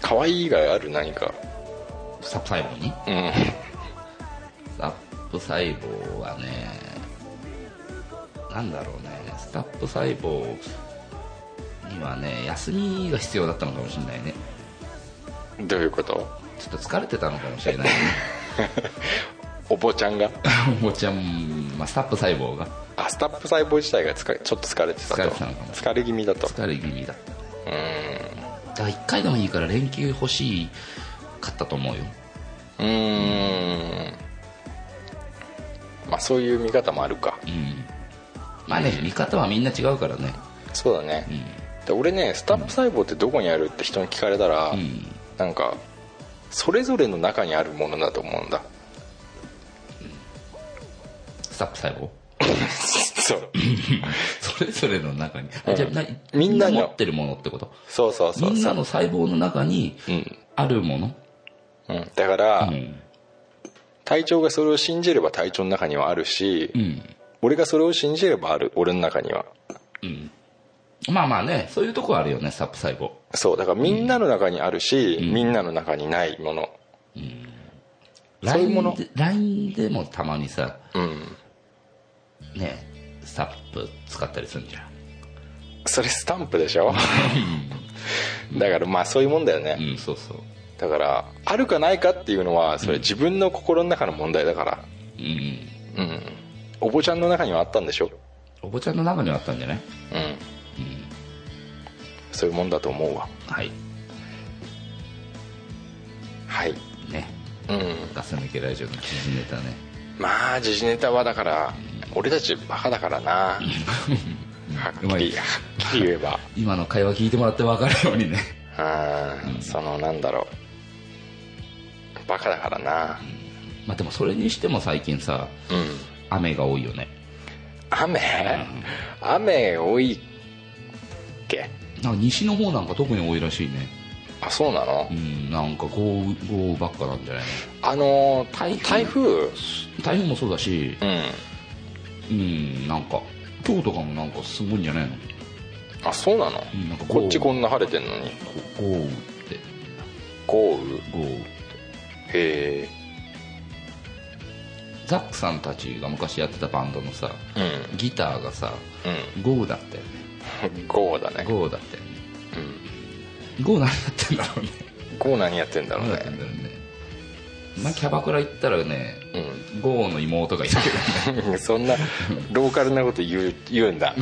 Speaker 4: 可愛い以外ある何か
Speaker 3: スタップ細胞に
Speaker 4: うん
Speaker 3: スタップ細胞はねなんだろうねスタップ細胞にはね休みが必要だったのかもしれないね
Speaker 4: どういうこと
Speaker 3: ちょっと疲れてたのかもしれないね
Speaker 4: お坊ちゃんが
Speaker 3: おもちゃん、まあ、スタップ細胞が
Speaker 4: あスタップ細胞自体が疲れちょっと疲れてたと
Speaker 3: 疲れてたのかも
Speaker 4: 疲れ気味だと
Speaker 3: 疲れ気味だったねだから1回でもいいから連休欲しいかったと思うよ
Speaker 4: うーんまあそういう見方もあるか
Speaker 3: うんまあね見方はみんな違うからね
Speaker 4: そうだね、で俺ねスタップ細胞ってどこにあるって人に聞かれたら、
Speaker 3: うん
Speaker 4: なんかそれぞれの中にあるものだと思 うんだ
Speaker 3: スタップ細胞
Speaker 4: そう
Speaker 3: それぞれの中に、
Speaker 4: うん
Speaker 3: じゃあな
Speaker 4: みんなの
Speaker 3: 持ってるものってこと
Speaker 4: そうそうそうそう
Speaker 3: みんなの細胞の中に
Speaker 4: ん
Speaker 3: あるもの、
Speaker 4: うん、だから、
Speaker 3: うん
Speaker 4: 体調がそれを信じれば体調の中にはあるし、
Speaker 3: うん
Speaker 4: 俺がそれを信じればある俺の中には
Speaker 3: まあまあねそういうとこあるよねスタップ細胞
Speaker 4: そうだからみんなの中にあるし、みんなの中にないものそういうもの
Speaker 3: LINE で LINE でもたまにさ
Speaker 4: うん
Speaker 3: ねスタップ使ったりするんじゃん
Speaker 4: それスタンプでしょだからまあそういうもんだよね、
Speaker 3: うんそうそう
Speaker 4: だからあるかないかっていうのはそれ自分の心の中の問題だから
Speaker 3: うん
Speaker 4: うんお坊ちゃんの中にはあったんでしょ
Speaker 3: お坊ちゃんの中にはあったんじゃない
Speaker 4: うん、そういうもんだと思うわ
Speaker 3: はい
Speaker 4: はい
Speaker 3: ね
Speaker 4: うん
Speaker 3: ガス抜けラジオの記事ネタね
Speaker 4: まあ時事ネタはだから俺たちバカだからなはっき
Speaker 3: うまい
Speaker 4: りはっきり言えば
Speaker 3: 今の会話聞いてもらって分かるようにね
Speaker 4: うんそのなんだろうバカだからな
Speaker 3: まあでもそれにしても最近さ
Speaker 4: うん
Speaker 3: 雨が多いよね
Speaker 4: 雨雨多いっけ
Speaker 3: なんか西の方なんか特に多いらしいね
Speaker 4: あそうなの
Speaker 3: うんなんか豪雨豪雨ばっかなんじゃない
Speaker 4: あのー
Speaker 3: 台風
Speaker 4: 台風
Speaker 3: 台風もそうだしう
Speaker 4: うん
Speaker 3: んなんか今日とかもなんかすごいんじゃないの
Speaker 4: あそうなの
Speaker 3: うんなんか
Speaker 4: こっちこ
Speaker 3: 豪
Speaker 4: んな晴れてんのに
Speaker 3: 雨豪雨って
Speaker 4: 豪雨へ
Speaker 3: 豪雨
Speaker 4: え
Speaker 3: ザックさんたちが昔やってたバンドのさ
Speaker 4: う
Speaker 3: ギターがさ
Speaker 4: ん
Speaker 3: 豪雨だったよね
Speaker 4: うん豪雨だね
Speaker 3: 豪雨だったよね豪雨何やってんだろうね
Speaker 4: 豪雨何やってんだろ
Speaker 3: 何
Speaker 4: う
Speaker 3: やってん
Speaker 4: ね
Speaker 3: だろうねまあキャバクラ行ったらね
Speaker 4: うん
Speaker 3: 豪雨の妹がいたけどね
Speaker 4: そんなローカルなこと言う言うんだ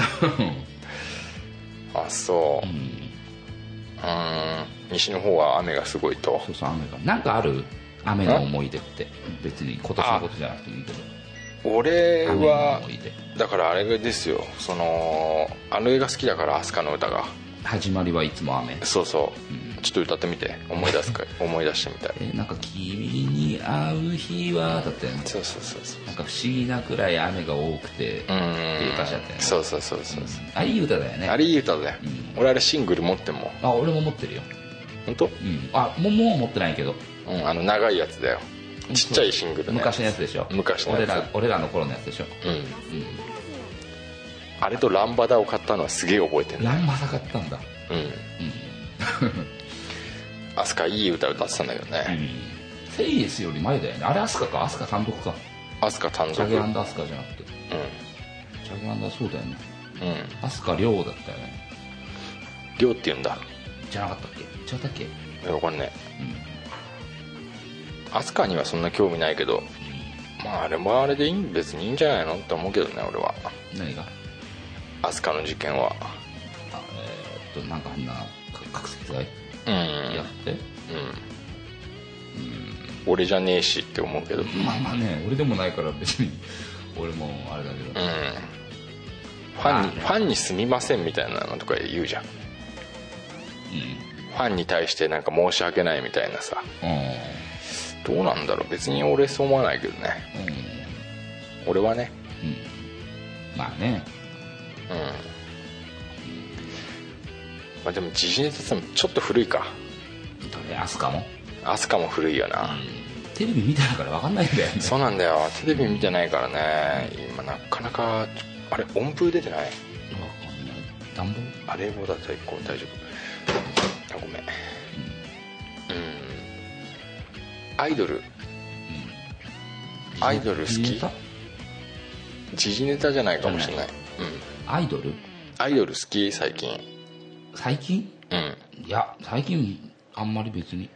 Speaker 4: あそううーん西の方は雨がすごいと
Speaker 3: そうそう雨がなんかある雨の思い出って別に今年のことじゃなくてもいいけど
Speaker 4: 俺
Speaker 3: 雨の
Speaker 4: は
Speaker 3: 思い出
Speaker 4: だからあれですよそのあの映画好きだからアスカの歌が
Speaker 3: 始まりはいつも雨
Speaker 4: そうそう、ちょっと歌ってみて思い出 すか思い出してみたい
Speaker 3: えなんか「君に会う日は」だったよね
Speaker 4: そうそうそうそう
Speaker 3: なんか不思議なくらい雨が多くてって
Speaker 4: うん
Speaker 3: いう歌詞だったよね
Speaker 4: そうそうそうそうそう
Speaker 3: あいい歌だよね
Speaker 4: あれいい歌だよ、
Speaker 3: うん
Speaker 4: 俺あれシングル持ってんもん
Speaker 3: あ俺も持ってるよ、
Speaker 4: 本当
Speaker 3: うん、あもうもう持ってないけど
Speaker 4: うんあの長いやつだよちっちゃいシングルね
Speaker 3: 昔のやつでしょ
Speaker 4: 昔のやつ
Speaker 3: 俺ら俺らの頃のやつでしょ
Speaker 4: うんあれとランバダを買ったのはすげえ覚えてる
Speaker 3: ランマサ買ったんだ
Speaker 4: うんアスカいい歌歌ってたんだけど
Speaker 3: う
Speaker 4: ね、
Speaker 3: んセイエスより前だよねあれアスカかアスカ単独か
Speaker 4: アスカ単
Speaker 3: チャ
Speaker 4: 独う
Speaker 3: ゲ
Speaker 4: ん
Speaker 3: アンダーアスカじゃなくてチャゲアンダーそうだよね
Speaker 4: うん
Speaker 3: アスカリョウだったよね
Speaker 4: りょうって言うんだ
Speaker 3: じゃなかったっけ違ったっけ
Speaker 4: いやわかんねえアスカにはそんな興味ないけどまああれもあれでいい別にいいんじゃないのって思うけどね俺は
Speaker 3: 何が
Speaker 4: アスカの事件は
Speaker 3: あえーっとなんかあんなか覚醒剤
Speaker 4: うん
Speaker 3: やって、
Speaker 4: 俺じゃねえしって思うけどうん
Speaker 3: まあまあね俺でもないから別に俺もあれだけど、
Speaker 4: ファンにファンにすみませんみたいなのとか言うじゃんファンに対してなんか申し訳ないみたいなさ
Speaker 3: う
Speaker 4: どうなんだろう別に俺そう思わないけどね
Speaker 3: んうん
Speaker 4: 俺はね
Speaker 3: まあね
Speaker 4: うんまあでも時事ネタってちょっと古いか
Speaker 3: どれアスカも
Speaker 4: アスカも古いよな、
Speaker 3: テレビ見てないから分かんないんだよね
Speaker 4: そうなんだよテレビ見てないからね今なかなかあれ音符出てない
Speaker 3: 分かんない暖房
Speaker 4: あれ語だったらこう大丈夫あごめんうんアイドルアイドル好
Speaker 3: 見え
Speaker 4: き
Speaker 3: た
Speaker 4: 時事ネタじゃないかもしれない、
Speaker 3: アイドル
Speaker 4: うん、アイドル好き最近
Speaker 3: 最近
Speaker 4: うん
Speaker 3: いや最近あんまり別に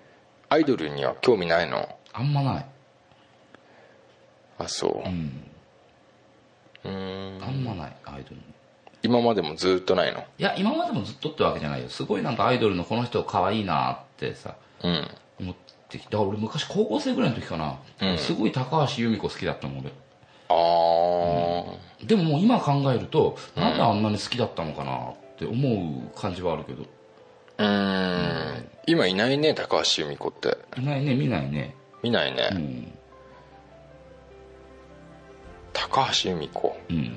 Speaker 4: アイドルには興味ないの
Speaker 3: あんまない
Speaker 4: あそううんうーん
Speaker 3: あんまないアイドルに
Speaker 4: 今までもずっとないの
Speaker 3: いや今までもずっとってわけじゃないよすごいなんかアイドルのこの人可愛いなってさ
Speaker 4: うん
Speaker 3: 思ってきただから俺昔高校生ぐらいの時かな、
Speaker 4: うん
Speaker 3: すごい高橋由美子好きだったもん俺
Speaker 4: ああ、
Speaker 3: でももう今考えると、なんであんなに好きだったのかなって思う感じはあるけど
Speaker 4: うーん今いないね高橋由美子って
Speaker 3: いないね見ないね
Speaker 4: 見ないね、
Speaker 3: うん
Speaker 4: 高橋由美子
Speaker 3: うん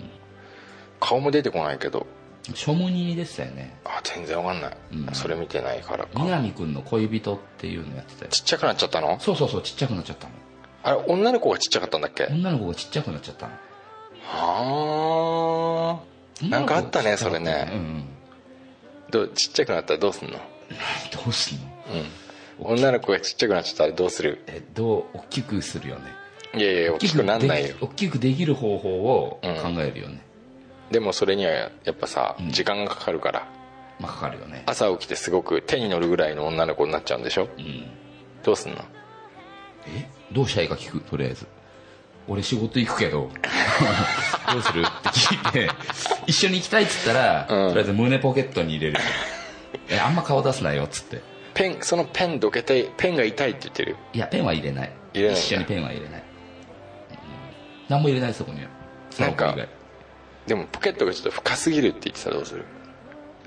Speaker 4: 顔も出てこないけど
Speaker 3: ショムニーでしたよね
Speaker 4: あ全然わかんない、
Speaker 3: うん
Speaker 4: それ見てないからか
Speaker 3: 南くんの恋人っていうのやってたよ
Speaker 4: ちっちゃくなっちゃったの
Speaker 3: そうそうそうちっちゃくなっちゃったの
Speaker 4: あれ女の子がちっちゃかったんだっけ
Speaker 3: 女の子がちっちゃくなっちゃったの
Speaker 4: はあなんかあったねそれ
Speaker 3: うん
Speaker 4: ね
Speaker 3: うん
Speaker 4: どちっちゃくなったらどうすんの、
Speaker 3: どうすんの
Speaker 4: うん、女の子がちっちゃくなっちゃったらどうする
Speaker 3: えどう大きくするよね
Speaker 4: いやいや大きくなんないよ
Speaker 3: でき大きくできる方法を考えるよね、
Speaker 4: でもそれにはやっぱさ
Speaker 3: うん
Speaker 4: 時間がかかるから
Speaker 3: まあかかるよね
Speaker 4: 朝起きてすごく手に乗るぐらいの女の子になっちゃうんでしょ
Speaker 3: うん
Speaker 4: どうすんの
Speaker 3: えどうしたいか聞くとりあえず俺仕事行くけど どうするって聞いて一緒に行きたいっつったら、
Speaker 4: うん
Speaker 3: とりあえず胸ポケットに入れるえあんま顔出すなよっつって
Speaker 4: ペンそのペンどけてペンが痛いって言ってるよ
Speaker 3: いやペンは入れない
Speaker 4: 入れないんだ
Speaker 3: 一緒にペンは入れない、うん、何も入れないそこには
Speaker 4: なん
Speaker 3: そ
Speaker 4: か
Speaker 3: の子以外
Speaker 4: でもポケットがちょっと深すぎるって言ってたらどうする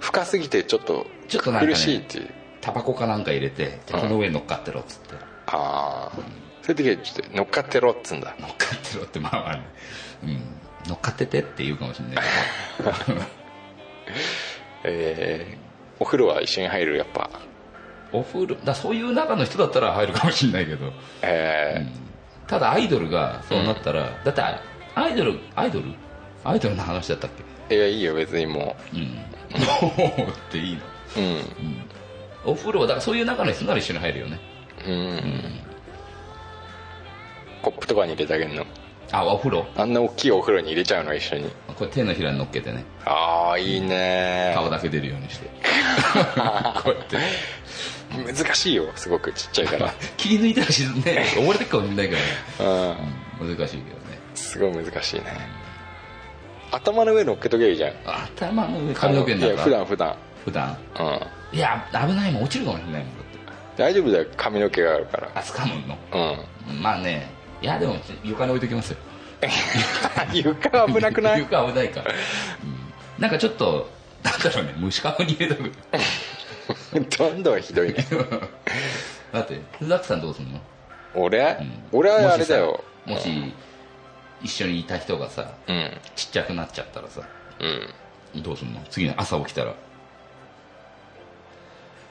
Speaker 4: 深すぎてちょっと
Speaker 3: ちょっとなんかね
Speaker 4: 苦しいっていう
Speaker 3: タバコかなんか入れてじゃあこの上に乗っかってろっつって、
Speaker 4: ああそういう時はちょっと乗っかってろっつうんだ
Speaker 3: 乗っかってろってまあまあね、うん、乗っかっててって言うかもしれないけど
Speaker 4: えー、お風呂は一緒に入るやっぱ
Speaker 3: お風呂だそういう中の人だったら入るかもしれないけど
Speaker 4: え
Speaker 3: ただアイドルがそうなったら、だってアイドルアイドルアイドルの話だったっ
Speaker 4: ー、いやいいよ別にも
Speaker 3: けうんもうっていいの
Speaker 4: ううん
Speaker 3: お風呂はだからそういう中の人なら一緒に入るよね
Speaker 4: うん、コップとかに入れてあげるの
Speaker 3: あお風呂
Speaker 4: あんな大きいお風呂に入れちゃうの一緒に
Speaker 3: これ手のひらに乗っけてね
Speaker 4: ああいいね
Speaker 3: 顔だけ出るようにして こうやって
Speaker 4: 難しいよすごくちっちゃい か
Speaker 3: 気抜いたら沈んで溺れてるかもしれないから
Speaker 4: うん
Speaker 3: ら、難しいけどね
Speaker 4: すごい難しいね頭の上乗っけとけばいいじゃん
Speaker 3: 頭の上髪の毛に
Speaker 4: い
Speaker 3: な
Speaker 4: や
Speaker 3: る
Speaker 4: 普段普段
Speaker 3: 普段
Speaker 4: うん
Speaker 3: いや危ないもん落ちるかもしれないもんだって
Speaker 4: 大丈夫だよ髪の毛があるから
Speaker 3: あ掴むの
Speaker 4: うん
Speaker 3: まあねいやでも床に置いときますよ
Speaker 4: 床危な くない
Speaker 3: 床危 ないから、うんなんかちょっとなんだろうね虫かごに入れとく
Speaker 4: どんどんひどいね
Speaker 3: だってザックさん どうすんの
Speaker 4: 俺、俺はあれだよ
Speaker 3: もしさもし一緒にいた人がさ
Speaker 4: うん
Speaker 3: ちっちゃくなっちゃったらさ
Speaker 4: うん
Speaker 3: どうすんの次の朝起きたら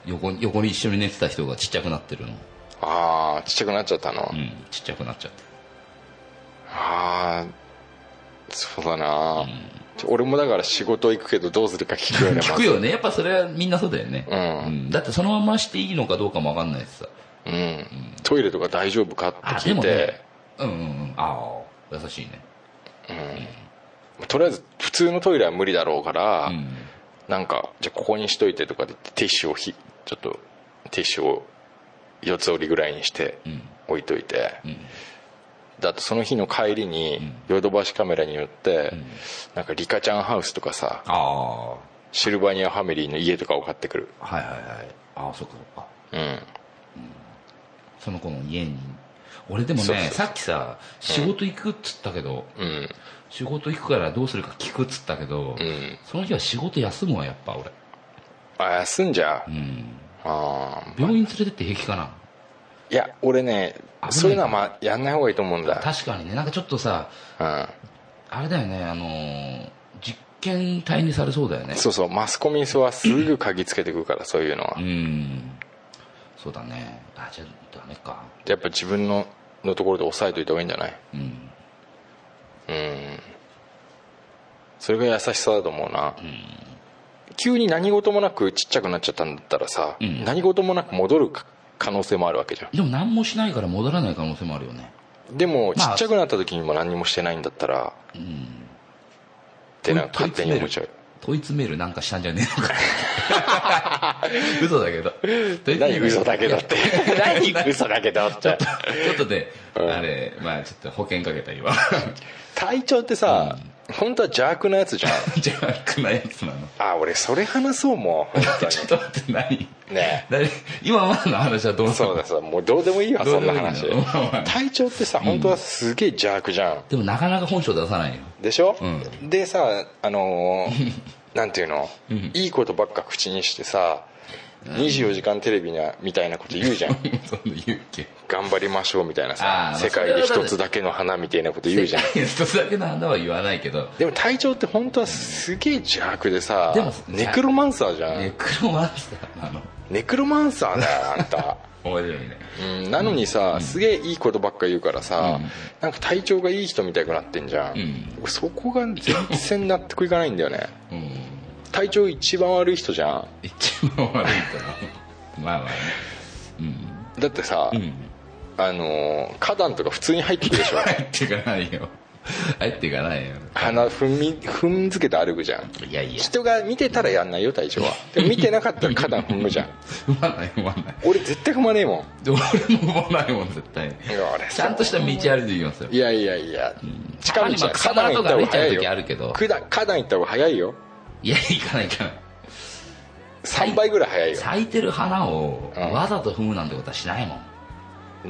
Speaker 3: 横に横に一緒に寝てた人がちっちゃくなってるの
Speaker 4: ああちっちゃくなっちゃったの、
Speaker 3: うんちっちゃくなっちゃって
Speaker 4: ああそうだな、ちょ俺もだから仕事行くけどどうするか聞くよねまず
Speaker 3: 聞くよねやっぱそれはみんなそうだよね、
Speaker 4: うん
Speaker 3: んだってそのまましていいのかどうかも分かんないしさ
Speaker 4: うん、トイレとか大丈夫かって
Speaker 3: あ
Speaker 4: 聞いて、
Speaker 3: うんうんうんああ優しいね
Speaker 4: とりあえず普通のトイレは無理だろうから、
Speaker 3: うん
Speaker 4: なんかじゃあここにしといてとかでティッシュをひちょっとティッシュを四つ折りぐらいにして
Speaker 3: ん
Speaker 4: 置いといて、
Speaker 3: ん
Speaker 4: だとその日の帰りにヨドバシカメラによって、なんかリカちゃんハウスとかさ
Speaker 3: ああは
Speaker 4: シルバニアファミリーの家とかを買ってくる
Speaker 3: いはいはいああそっかそっか
Speaker 4: うん
Speaker 3: その子の家に俺でもね
Speaker 4: そうそうそう
Speaker 3: さっきさ仕事行くっつったけど、
Speaker 4: うん
Speaker 3: 仕事行くからどうするか聞くっつったけど、
Speaker 4: うん
Speaker 3: その日は仕事休むわやっぱ俺
Speaker 4: あ休んじゃう、
Speaker 3: うん
Speaker 4: ああ
Speaker 3: 病院連れてって平気かな
Speaker 4: ーいや俺ね
Speaker 3: 危ない
Speaker 4: そういうのはまあやんない方がいいと思うんだ
Speaker 3: 確かにねなんかちょっとさあれだよねあのー実験体にされそうだよ
Speaker 4: う
Speaker 3: ね
Speaker 4: ん、そうそうマスコミンはすぐ嗅ぎつけてくるからそういうのは、
Speaker 3: うんそうだねあじゃあダメか
Speaker 4: やっぱ自分ののところで抑えといた方がいいんじゃない
Speaker 3: うん
Speaker 4: うんそれが優しさだと思うな、急に何事もなくちっちゃくなっちゃったんだったらさ、
Speaker 3: ん
Speaker 4: 何事もなく戻るか可能性もあるわけじゃ
Speaker 3: でも何もしないから戻らない可能性もあるよね
Speaker 4: んでもち
Speaker 3: まあ
Speaker 4: っちゃくなった時にも何もしてないんだったら、ってなんか
Speaker 3: 問い
Speaker 4: 勝手に思っちゃう
Speaker 3: 問い詰めるなんかしたんじゃねえのか 嘘だけど問い詰め
Speaker 4: 何
Speaker 3: る
Speaker 4: 嘘だけどって何嘘だけどっ
Speaker 3: ちょってとちょっとね、あれまあちょっと保険かけた今
Speaker 4: 体調ってさ、本当は邪悪なや つじゃん
Speaker 3: 邪悪なやつなの
Speaker 4: あ俺それ話そうもう本 当
Speaker 3: ちょっと待って何
Speaker 4: にね
Speaker 3: 何今までの話はどうする
Speaker 4: そうだそうもうどうでもいいわ
Speaker 3: ど
Speaker 4: そ
Speaker 3: うんで
Speaker 4: な
Speaker 3: もいいの
Speaker 4: 話
Speaker 3: まあまあ
Speaker 4: 体調ってさ本当はすげえ邪悪じゃん
Speaker 3: でもなかなか本性出さないよ
Speaker 4: でしょ、
Speaker 3: う
Speaker 4: でさあのー なんていうの、いいことばっか口にしてさ24時間テレビなみたいなこと言うじゃん
Speaker 3: そんな言うっけ
Speaker 4: 頑張りましょうみたいな
Speaker 3: あー
Speaker 4: さ
Speaker 3: まあ
Speaker 4: 世界で一つだけの花みたいなこと言うじゃん
Speaker 3: 世界に一つだけの花は言わないけど
Speaker 4: でも体調って本当はすげえ邪悪でさ
Speaker 3: でも
Speaker 4: ネクロマンサーじゃん、
Speaker 3: ネクロマンスターなの
Speaker 4: ネクロマンサーだよあんた、
Speaker 3: 面白いね
Speaker 4: うん、なのにさ、すげえいいことばっか言うからさ、なんか体調がいい人みたいになってんじゃん、
Speaker 3: ん
Speaker 4: 俺そこが全然納得いかないんだよね
Speaker 3: うん
Speaker 4: 体調一番悪い人じゃん
Speaker 3: 一番悪いからまあまあね
Speaker 4: だってさ、あのー花壇とか普通に入ってくるでしょ
Speaker 3: 入っていかないよ入っていかないよ
Speaker 4: 鼻踏み踏んづけて歩くじゃん
Speaker 3: いやいや
Speaker 4: 人が見てたらやんないよ体調はでも見てなかったら花壇踏む じゃん
Speaker 3: 踏まない踏まない
Speaker 4: 俺絶対踏まねえもん
Speaker 3: で俺も踏まないもん絶対に
Speaker 4: いや俺
Speaker 3: ちゃんとした道歩いていきますよ
Speaker 4: いやいやいや近道
Speaker 3: まあ
Speaker 4: は
Speaker 3: カ
Speaker 4: 花
Speaker 3: バーと
Speaker 4: 壇行った
Speaker 3: か
Speaker 4: 方
Speaker 3: 歩い
Speaker 4: が
Speaker 3: ちゃ
Speaker 4: 早
Speaker 3: う
Speaker 4: いよ
Speaker 3: 時あるけど
Speaker 4: 花壇花壇行った方が早いよ
Speaker 3: いや行かない行かない
Speaker 4: 3倍ぐらい早いよ
Speaker 3: 咲いてる花を
Speaker 4: うん
Speaker 3: わざと踏むなんてことはしないもん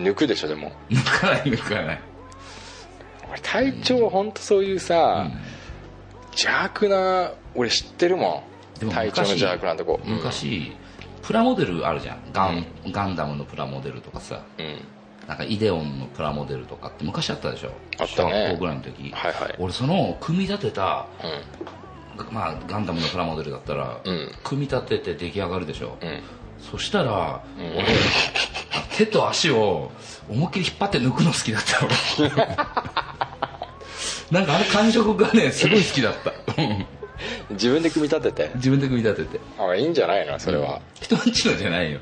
Speaker 4: 抜くでしょでも
Speaker 3: 抜かない抜かない
Speaker 4: 俺体調本当そういうさ、邪悪な俺知ってるも
Speaker 3: で
Speaker 4: ん
Speaker 3: も
Speaker 4: 体調の
Speaker 3: 昔
Speaker 4: 邪悪なとこうん
Speaker 3: 昔プラモデルあるじゃんガンガンダムのプラモデルとかさ
Speaker 4: うん
Speaker 3: なんかイデオンのプラモデルとかって昔あったでしょ
Speaker 4: あったね
Speaker 3: 小学校ぐらいの時
Speaker 4: はいはい
Speaker 3: 俺その組み立てたまあガンダムのプラモデルだったら
Speaker 4: ん
Speaker 3: 組み立てて出来上がるでしょ
Speaker 4: うん
Speaker 3: そしたら俺手と足を思いっきり引っ張って抜くの好きだった 俺なんかあの感触がねすごい好きだっ たうん
Speaker 4: 自分で組み立てて
Speaker 3: 自分で組み立てて
Speaker 4: あいいんじゃないのそれは、
Speaker 3: 人んちのじゃないよ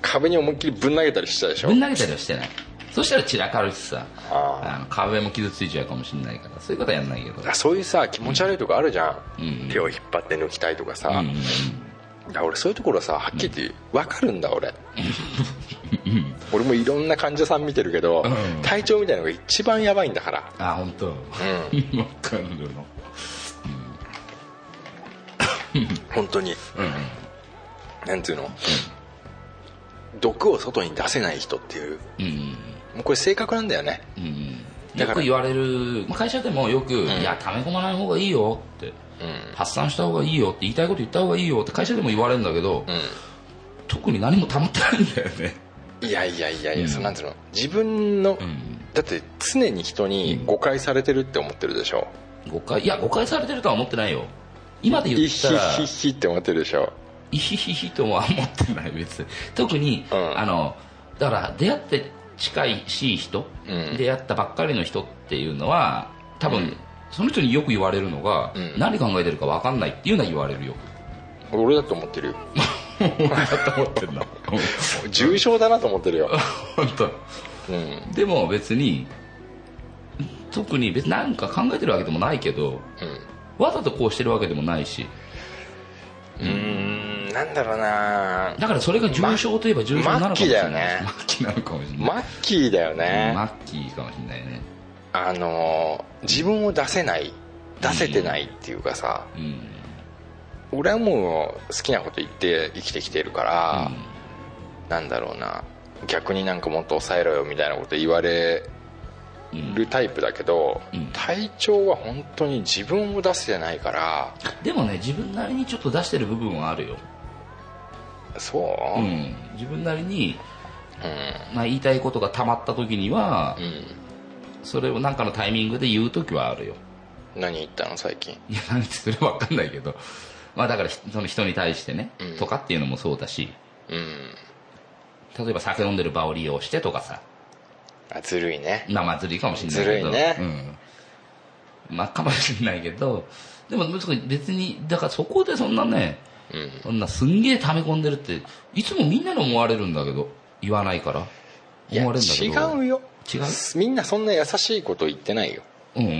Speaker 4: 壁に思いっきりぶん投げたりしてたでしょ
Speaker 3: ぶん投げたりはしてないそしたら散らかるしさ
Speaker 4: あ
Speaker 3: あの壁も傷ついちゃうかもしれないからそういうことはやんないけど
Speaker 4: あそういうさ気持ち悪いとこあるじゃ
Speaker 3: う
Speaker 4: ん、
Speaker 3: ん
Speaker 4: 手を引っ張って抜きたいとかさ、
Speaker 3: うんうん
Speaker 4: いや俺そういうところさはっきり言って分かるんだ俺、 俺もいろんな患者さん見てるけど、
Speaker 3: うん
Speaker 4: 体調みたいなのが一番やばいんだから
Speaker 3: あ本当。わ
Speaker 4: う
Speaker 3: かるの
Speaker 4: 本当に、なんていうの、毒を外に出せない人っていう
Speaker 3: うんうん
Speaker 4: もうこれ性格なんだよね、
Speaker 3: うん
Speaker 4: だ
Speaker 3: よ
Speaker 4: から
Speaker 3: く言われるまあ会社でもよく「いや溜め込まない方がいいよ」って、発散した方がいいよ」って言いたいこと言った方がいいよって会社でも言われるんだけど、特に何も溜まってないんだよね
Speaker 4: いやいやいやいや、
Speaker 3: うん
Speaker 4: そうなんていうの自分の、
Speaker 3: うん
Speaker 4: だって常に人に誤解されてるって思ってるでしょ
Speaker 3: 誤解いや誤解されてるとは思ってないよ今で言
Speaker 4: イ
Speaker 3: った
Speaker 4: ヒ
Speaker 3: ら
Speaker 4: ヒヒって思ってるでしょ
Speaker 3: イヒヒヒとも思ってない別に特に、
Speaker 4: うん
Speaker 3: あのだから出会って近いしい人、
Speaker 4: うん
Speaker 3: 出会ったばっかりの人っていうのは多分、
Speaker 4: うん
Speaker 3: その人によく言われるのが、
Speaker 4: うん
Speaker 3: 何考えてるか分かんないっていうのは言われるよ
Speaker 4: 俺だと思ってるよ
Speaker 3: と思ってんな
Speaker 4: 重症だなと思ってるよ、
Speaker 3: 本当
Speaker 4: うん
Speaker 3: でも別に特に別に何か考えてるわけでもないけどわざとこうしてるわけでもないし
Speaker 4: うん、うん、なんだろうな
Speaker 3: だからそれが重症といえば重症なのかもしれない、
Speaker 4: ま
Speaker 3: 末期なのかもしれない、
Speaker 4: マッキーだよね、
Speaker 3: 末期かもしれないね
Speaker 4: あのー自分を出せない出せてないっていうかさ、
Speaker 3: うん
Speaker 4: 俺はもう好きなこと言って生きてきてるから、
Speaker 3: うん
Speaker 4: なんだろうな逆になんかもっと抑えろよみたいなこと言われるタイプだけど、
Speaker 3: うん
Speaker 4: 体調は本当に自分を出せてないから
Speaker 3: でもね自分なりにちょっと出してる部分はあるよ、
Speaker 4: そうう、うん
Speaker 3: ん、自分なりに、まあ、言いたいことが溜まった時にはそれを何かのタイミングで言う時はあるよ
Speaker 4: 何言ったの最近
Speaker 3: いや何ってそれ分かんないけどまあだからひその人に対してね、
Speaker 4: うん
Speaker 3: とかっていうのもそうだし
Speaker 4: うん
Speaker 3: 例えば酒飲んでる場を利用してとかさ
Speaker 4: あずるいね
Speaker 3: まあまあずるいかもしれないけど
Speaker 4: ずるいね
Speaker 3: うん、まあかもしれないけどでも別にだからそこでそんなね
Speaker 4: うん
Speaker 3: そんなすんげえ溜め込んでるっていつもみんなに思われるんだけど言わないから
Speaker 4: いや
Speaker 3: 思われるんだけ
Speaker 4: 違
Speaker 3: ど
Speaker 4: うよ
Speaker 3: 違う
Speaker 4: みんなそんな優しいこと言ってないよ
Speaker 3: うんうんうん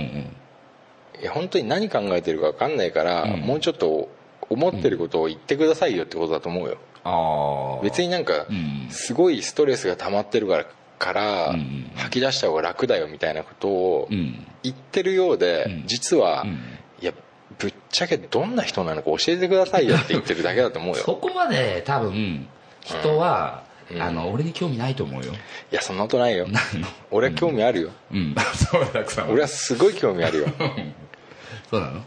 Speaker 4: いや本当に何考えてるか分かんないから、
Speaker 3: うん
Speaker 4: もうちょっと思ってることを言ってくださいよってことだと思うよ、
Speaker 3: ああ
Speaker 4: 別になんか
Speaker 3: うん
Speaker 4: すごいストレスが溜まってるからから、
Speaker 3: うん
Speaker 4: 吐き出した方が楽だよみたいなことを
Speaker 3: うん
Speaker 4: 言ってるようで、
Speaker 3: うん
Speaker 4: 実は、
Speaker 3: うん
Speaker 4: いやぶっちゃけどんな人なのか教えてくださいよって言ってるだけだと思う
Speaker 3: そ
Speaker 4: よ
Speaker 3: こまで多分人は、
Speaker 4: うん
Speaker 3: あの俺に興味ないと思うよ
Speaker 4: いやそんなことないよ俺は興味あるよ、
Speaker 3: うん そうたくさん
Speaker 4: 俺はすごい興味あるよ
Speaker 3: そうなの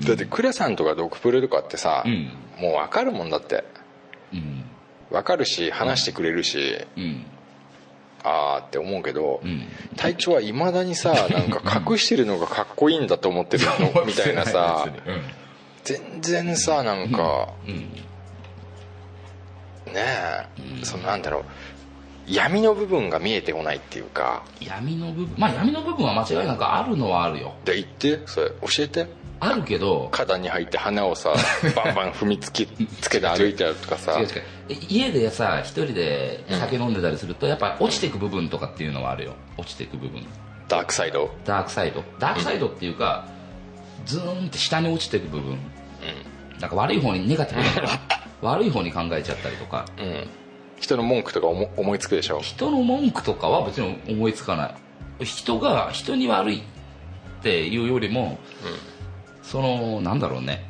Speaker 4: だってクレさんとかドクプレとかってさ、
Speaker 3: うん
Speaker 4: もう分かるもんだって
Speaker 3: うん
Speaker 4: 分かるし話してくれるし、
Speaker 3: うん
Speaker 4: あーって思うけど、
Speaker 3: うん
Speaker 4: 隊長はいまだにさなんか隠してるのがかっこいいんだと思ってる のみたいなさ
Speaker 3: 別に
Speaker 4: 全然さなんか
Speaker 3: うんうん
Speaker 4: ねえそのなんだろう闇の部分が見えてこないっていうか
Speaker 3: 闇の部分まあ闇の部分は間違いなくあるのはあるよ
Speaker 4: で言ってそれ教えて
Speaker 3: あるけど
Speaker 4: 花壇に入って花をさバンバン踏みつけつけて歩いてるとか さ
Speaker 3: 違う違うえ家でさ一人で酒飲んでたりするとやっぱ落ちてく部分とかっていうのはあるよ落ちてく部分
Speaker 4: ダークサイド
Speaker 3: ダークサイドダークサイドっていうか、ズーンって下に落ちてく部分なんか悪い方にネガティ ブなのかな悪い方に考えちゃったりとか
Speaker 4: うん人の文句とか思思いつくでしょ
Speaker 3: 人の文句とかは別に思いつかない人が人に悪いっていうよりも、そのなんだろうね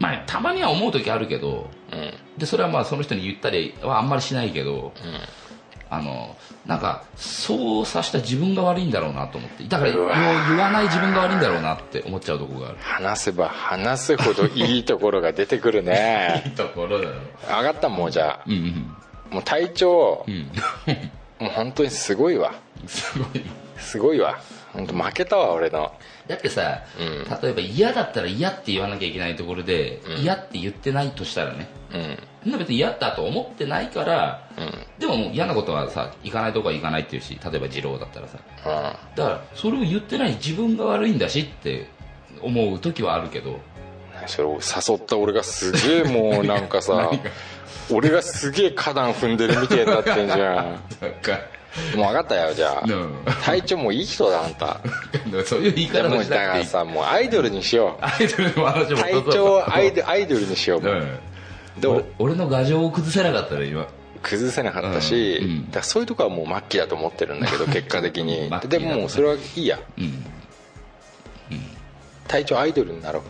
Speaker 3: まあたまには思う時あるけど
Speaker 4: うん
Speaker 3: でそれはまあその人に言ったりはあんまりしないけど、あのなんかそうさした自分が悪いんだろうなと思ってだから
Speaker 4: うわー
Speaker 3: 言わない自分が悪いんだろうなって思っちゃうとこがある
Speaker 4: 話せば話すほどいいところが出てく るね
Speaker 3: ところだろ
Speaker 4: 上がったもんじゃあ
Speaker 3: うんうん
Speaker 4: もう体調、
Speaker 3: うん
Speaker 4: もう本当にすごいわ
Speaker 3: すごい
Speaker 4: すごいわ本当負けたわ俺の
Speaker 3: だってさ、
Speaker 4: うん
Speaker 3: 例えば嫌だったら嫌って言わなきゃいけないところで、嫌って言ってないとしたらね
Speaker 4: うん
Speaker 3: そんな別に嫌だと思ってないから、
Speaker 4: うん
Speaker 3: でももう嫌なことはさ行かないとこは行かないっていうし例えば二郎だったらさ
Speaker 4: うん
Speaker 3: だからそれを言ってない自分が悪いんだしって思う時はあるけど
Speaker 4: それを誘った俺がすげえもうなん かさ俺がすげえ花壇踏んでるみたいになってん じゃん
Speaker 3: なんか
Speaker 4: もう分かったよじゃあ
Speaker 3: うん
Speaker 4: 体調もういい人だあ んた
Speaker 3: そういう言い
Speaker 4: で
Speaker 3: 方
Speaker 4: も
Speaker 3: も
Speaker 4: うだ
Speaker 3: し
Speaker 4: か
Speaker 3: なくてい
Speaker 4: ら
Speaker 3: い
Speaker 4: さもうアイドルにしよう
Speaker 3: アイドルの話も
Speaker 4: 体調をアイドアイドルにしよう、
Speaker 3: うん
Speaker 4: でも
Speaker 3: 俺の牙城を崩せなかったね今
Speaker 4: 崩せなかったし、
Speaker 3: うんうん
Speaker 4: だからそういうとこはもう末期だと思ってるんだ けど結果的に
Speaker 3: 末期
Speaker 4: で
Speaker 3: だ
Speaker 4: ももうそれはいいや
Speaker 3: うん
Speaker 4: 体調アイドルになろう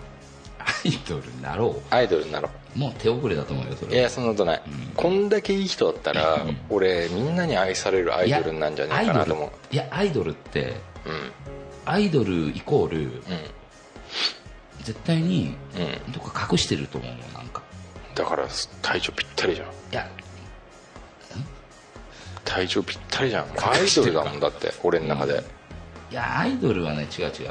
Speaker 3: アイドルになろ
Speaker 4: アイドルになろ
Speaker 3: う
Speaker 4: う
Speaker 3: もう手遅れだと思うよそ
Speaker 4: い
Speaker 3: れは
Speaker 4: やそんなことない、こんだけいい人だったら、俺みんなに愛されるアイドルになんじゃねえかなと思う
Speaker 3: いやアイドルって
Speaker 4: うん
Speaker 3: アイドルイコール、
Speaker 4: うん
Speaker 3: 絶対に
Speaker 4: うん
Speaker 3: どっか隠してると思うのなんか
Speaker 4: だから体調ぴったりじゃん
Speaker 3: いや
Speaker 4: 体調ぴったりじゃんアイドルだもんだって俺の中で
Speaker 3: いやアイドルはね違う違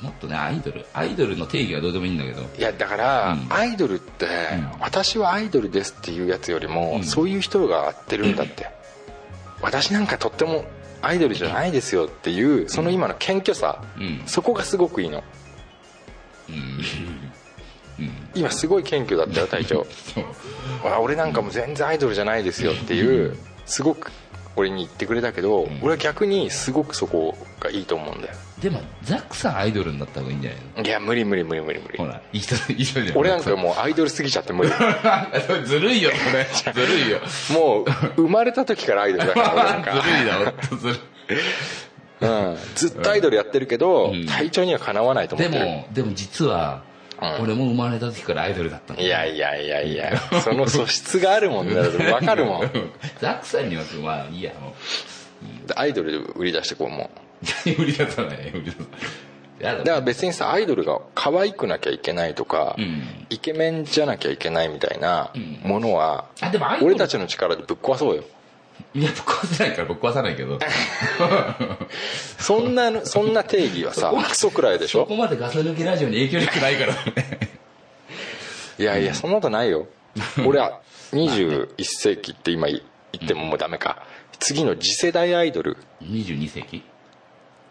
Speaker 3: うもっとねアイドルアイドルの定義はどうでもいいんだけど
Speaker 4: いやだから、
Speaker 3: うん
Speaker 4: アイドルって、
Speaker 3: ん
Speaker 4: 私はアイドルですっていうやつよりも、
Speaker 3: うん
Speaker 4: そういう人が合ってるんだって、私なんかとってもアイドルじゃないですよっていうその今の謙虚さ、
Speaker 3: うん
Speaker 4: そこがすごくいいの、今すごい謙虚だったよ隊長わ俺なんかもう全然アイドルじゃないですよっていうすごく俺に言ってくれたけど、俺は逆にすごくそこがいいと思うんだよ
Speaker 3: でもザックさんアイドルになった方がいいんじゃないの
Speaker 4: いや無理無理無理無理無理
Speaker 3: ほらいい人いい人じゃん
Speaker 4: 俺なんかもうアイドルすぎちゃって無理
Speaker 3: ずるいよ それずるいよ
Speaker 4: もう生まれた時からアイドルだから俺なん
Speaker 3: ず
Speaker 4: か
Speaker 3: るいだろずるい
Speaker 4: うんずっとアイドルやってるけど、
Speaker 3: ん
Speaker 4: 体調にはかなわないと思
Speaker 3: で
Speaker 4: ってる
Speaker 3: もでも実は、
Speaker 4: うん
Speaker 3: 俺も生まれた時からアイドルだったの
Speaker 4: いやいやいやいやその素質があるもんだよわかるもん
Speaker 3: ザックさんにはまあいいや もう
Speaker 4: アイドルで売り出してこうもう
Speaker 3: 無理だったね無理だったいや
Speaker 4: だ
Speaker 3: で
Speaker 4: か
Speaker 3: も
Speaker 4: ら別にさアイドルが可愛くなきゃいけないとか、
Speaker 3: うん
Speaker 4: イケメンじゃなきゃいけないみたいなものは、
Speaker 3: あでもアイドル
Speaker 4: 俺たちの力でぶっ壊そうよ
Speaker 3: いやぶっ壊せないからぶっ壊さないけど
Speaker 4: そんなのそんな定義は さクソくらいでし
Speaker 3: そ
Speaker 4: ょ
Speaker 3: こまでガサ抜きラジオに影響力ない からね
Speaker 4: いやいやそんなことな いよ俺は21世紀って今言ってももうダメか次の次世代アイドル
Speaker 3: 22世紀
Speaker 4: い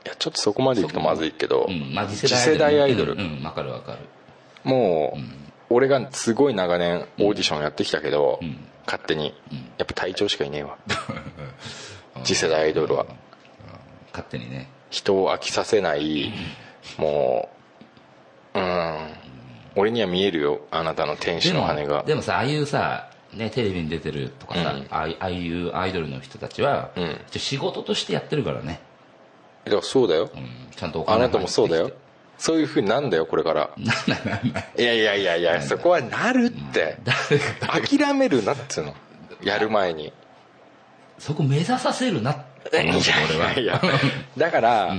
Speaker 4: やちょっとそこまでいくとまずいけど、
Speaker 3: うんまあ次
Speaker 4: 次世代アイドル、
Speaker 3: うんうんわかるわかる
Speaker 4: もう、俺がすごい長年オーディションやってきたけど、勝手に、やっぱ隊長しかいね えわ次世代アイドルは
Speaker 3: 勝手にね
Speaker 4: 人を飽きさせないもううん俺には見えるよあなたの天使
Speaker 3: で
Speaker 4: の
Speaker 3: も
Speaker 4: 羽が
Speaker 3: でもさああいうさ、ね、テレビに出てるとかさ、
Speaker 4: うん
Speaker 3: ああいああいうアイドルの人たちは、
Speaker 4: うん
Speaker 3: 一応仕事としてやってるからね、
Speaker 4: いやそうだよ、
Speaker 3: うんちゃんとお
Speaker 4: あ
Speaker 3: 金
Speaker 4: なたもそうだよそういうふうになんだよこれから いやいやいやいやそこはなるって
Speaker 3: 誰が
Speaker 4: 諦めるなっつうのやる前に
Speaker 3: そこ目指させるなって
Speaker 4: い
Speaker 3: 思う俺は
Speaker 4: や いやだから、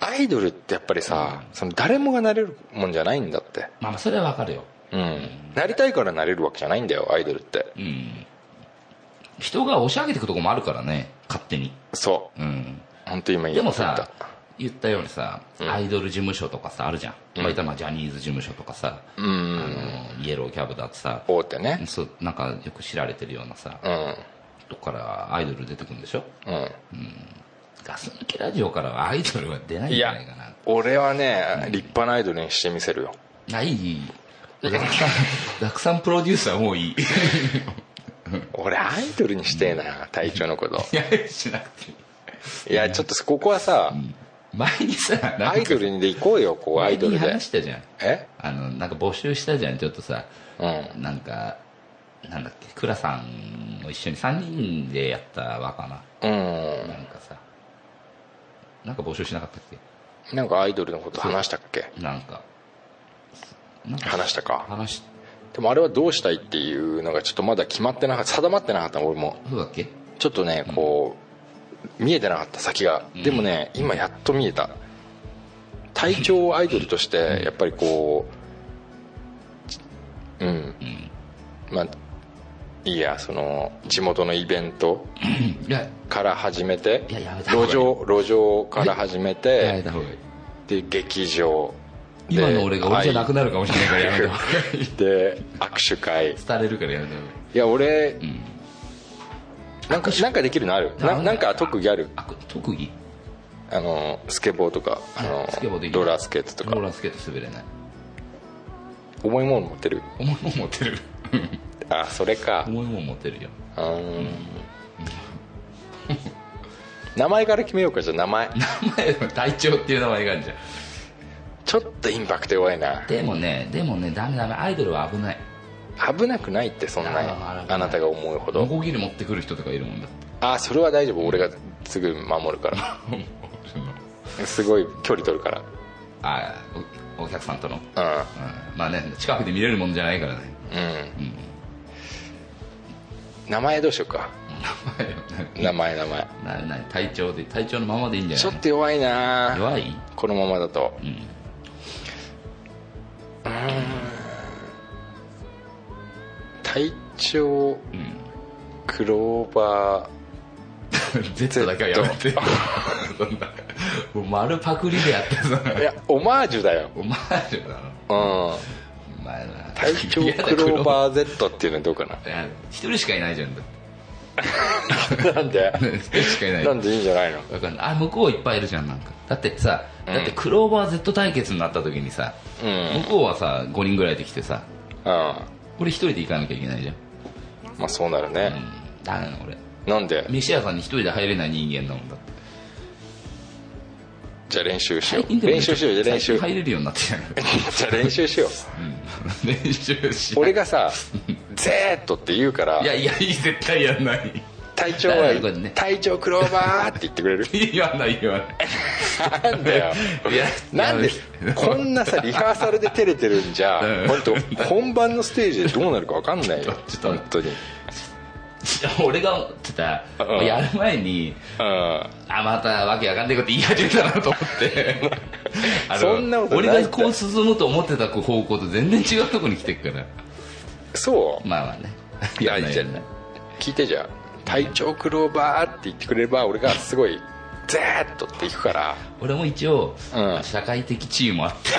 Speaker 4: アイドルってやっぱりさその誰もがなれるもんじゃないんだって
Speaker 3: まあまあそれはわかるよ、
Speaker 4: うんなりたいからなれるわけじゃないんだよアイドルって、
Speaker 3: うん、人が押し上げていくとこもあるからね勝手に、
Speaker 4: そ
Speaker 3: うん、
Speaker 4: う本当今言
Speaker 3: でも
Speaker 4: った
Speaker 3: さ言ったようにさ、アイドル事務所とかさあるじゃん、まあ言ったらまあジャニーズ事務所とかさ、
Speaker 4: うん
Speaker 3: あのイエローキャブだってさ
Speaker 4: 大手ね
Speaker 3: そうなんかよく知られてるようなさ、
Speaker 4: うん
Speaker 3: とこからアイドル出てくるんでしょ
Speaker 4: うん
Speaker 3: ガス抜けラジオからはアイドルは出ないん
Speaker 4: い
Speaker 3: じゃ
Speaker 4: や
Speaker 3: ないかな
Speaker 4: 俺はね立派なアイドルにしてみせるよ
Speaker 3: ない ザクさんザクさんプロデューサーもういいい
Speaker 4: 俺アイドルにしてえな隊長のこと
Speaker 3: やしなくていい
Speaker 4: いやちょっとここはさ
Speaker 3: 前にさなんか
Speaker 4: アイドルで行こうよこうア
Speaker 3: 前
Speaker 4: イド
Speaker 3: に
Speaker 4: ルで
Speaker 3: 話したじゃん
Speaker 4: え
Speaker 3: あのなんか募集したじゃんちょっとさ
Speaker 4: う
Speaker 3: なんかなんだっけ倉さんも一緒に3人でやったわかな
Speaker 4: うん
Speaker 3: なんかさなんか募集しなかったっけ
Speaker 4: なんかアイドルのこと話したっけ
Speaker 3: なんかなんか
Speaker 4: 話したか
Speaker 3: 話し
Speaker 4: でもあれはどうしたいっていうのがちょっとまだ決まってなかった定まってなかったの俺も
Speaker 3: そうだっけ
Speaker 4: ちょっとねこう、見えてなかった先がでもね、今やっと見えた体調をアイドルとしてやっぱりこううん、まあいいやその地元のイベント
Speaker 3: うんいや
Speaker 4: から始めて
Speaker 3: いややめた方がいい
Speaker 4: 路上路上から始
Speaker 3: や
Speaker 4: め
Speaker 3: め
Speaker 4: て
Speaker 3: た方がいい
Speaker 4: で劇場
Speaker 3: 今の俺が俺じゃなく
Speaker 4: な
Speaker 3: なるかもしれないからやめた方がいい
Speaker 4: で握手会
Speaker 3: 廃れるからやめた方がいい
Speaker 4: いや俺、なんかなんかできるのあるななんか特技ある
Speaker 3: あこ特技
Speaker 4: あのスケボーとかあの
Speaker 3: スケボーできる
Speaker 4: ローラースケートと
Speaker 3: ロー
Speaker 4: か
Speaker 3: ラースケート滑れない
Speaker 4: 重いもの持ってる
Speaker 3: 重いもん持ってる
Speaker 4: あそれか
Speaker 3: 重いもん持ってるよ
Speaker 4: うーん名前から決めようかじゃあ名前
Speaker 3: 名前は隊長っていう名前があるじゃん
Speaker 4: ちょっとインパクト弱いな
Speaker 3: でもねでもねダメダメアイドルは危ない
Speaker 4: 危なくないってそんなに
Speaker 3: あー
Speaker 4: あなたが思うほ
Speaker 3: ノ
Speaker 4: ど
Speaker 3: コギリ持ってくる人とかいるもんだって
Speaker 4: あそれは大丈夫俺がすぐ守るからすごい距離取るか
Speaker 3: あおお客さんとの、
Speaker 4: ら
Speaker 3: うん、まあね近くで見れるもんじゃないからね
Speaker 4: うんうん、名前どうしようか
Speaker 3: 名前はね
Speaker 4: 名前名前
Speaker 3: なな隊長で隊長のままでいいんじゃ
Speaker 4: ちょ
Speaker 3: な
Speaker 4: っ
Speaker 3: い
Speaker 4: と弱いな
Speaker 3: 弱い
Speaker 4: このままだとうーん体調クローバー
Speaker 3: Z だけはやめてそんな もう丸パクリでやってさ
Speaker 4: いやオマージュだよ、
Speaker 3: お前らなの
Speaker 4: うん、
Speaker 3: お前らな
Speaker 4: 体調クローバー Z っていうのどうかない
Speaker 3: や一人しかいないじゃんだって
Speaker 4: なん で
Speaker 3: 一人しかいない
Speaker 4: なんでいいんじゃないの
Speaker 3: わかんないあ向こういっぱいいるじゃんなんかだってさだってクローバー Z 対決になった時にさ、
Speaker 4: うん
Speaker 3: 向こうはさ5人ぐらいで来てさ
Speaker 4: うんま
Speaker 3: 俺一人で行かなきゃいけないじゃん、
Speaker 4: あそうなる
Speaker 3: う
Speaker 4: ね、
Speaker 3: ん、ダメなの俺
Speaker 4: なんで
Speaker 3: 飯屋さんに一人で入れない人間だもんだって
Speaker 4: じゃあ練習しよ
Speaker 3: 最近
Speaker 4: う
Speaker 3: でも
Speaker 4: 練習しようじゃあ練習
Speaker 3: 最近入れるようになってきたよ
Speaker 4: じゃあ練習しよ
Speaker 3: う
Speaker 4: う
Speaker 3: ん練習し
Speaker 4: 俺 がさ「Z」って言うから
Speaker 3: いやいやいい絶対やんない
Speaker 4: 体調
Speaker 3: だからこれ
Speaker 4: は
Speaker 3: ね
Speaker 4: 体調クローバーって言って くれる
Speaker 3: 言わない言わない
Speaker 4: なんだよ
Speaker 3: いや
Speaker 4: なんでこんなさリハーサルで照れてるんじゃ
Speaker 3: うん
Speaker 4: 本当本番のステージでどうなるか分かんないよ
Speaker 3: ちょっと
Speaker 4: 本当に
Speaker 3: 俺が思ってた、
Speaker 4: うん
Speaker 3: やる前に
Speaker 4: うん
Speaker 3: あまたわけわかんないこと言い始めたなと思って あの
Speaker 4: そんなことない
Speaker 3: 俺がこう進むと思ってた方向と全然違うとこに来てるから
Speaker 4: そう
Speaker 3: まあまあね
Speaker 4: いや
Speaker 3: ん
Speaker 4: いいじゃん聞いてじゃあ体調クローバーって言ってくれれば俺がすごい「Z」っていくから
Speaker 3: 俺も一応、
Speaker 4: うん
Speaker 3: 社会的地位もあって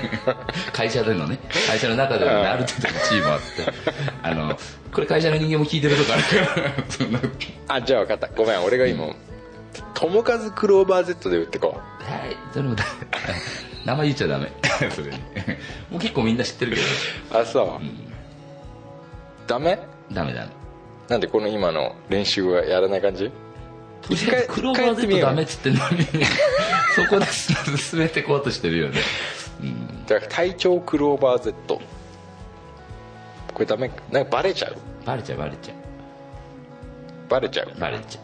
Speaker 3: 会社でのね会社の中でのね、
Speaker 4: うん
Speaker 3: ある程度の地位もあってあのこれ会社の人間も聞いてるとこあるからそんな
Speaker 4: あじゃあ分かったごめん俺が今「友和クローバー Z」で打ってこう
Speaker 3: はいどれもだ名前言っちゃダメそれにもう結構みんな知ってるけど
Speaker 4: あそう、ダメ
Speaker 3: ダメダメ
Speaker 4: なんでこの今の練習はやらない感じ
Speaker 3: とりあえずクローバー Z ダメっつってんのに そこで進めてこうとしてるよね
Speaker 4: だから体調クローバー Z これダメなんかバレちゃう
Speaker 3: バレちゃうバレちゃ
Speaker 4: バレちゃ
Speaker 3: うバレち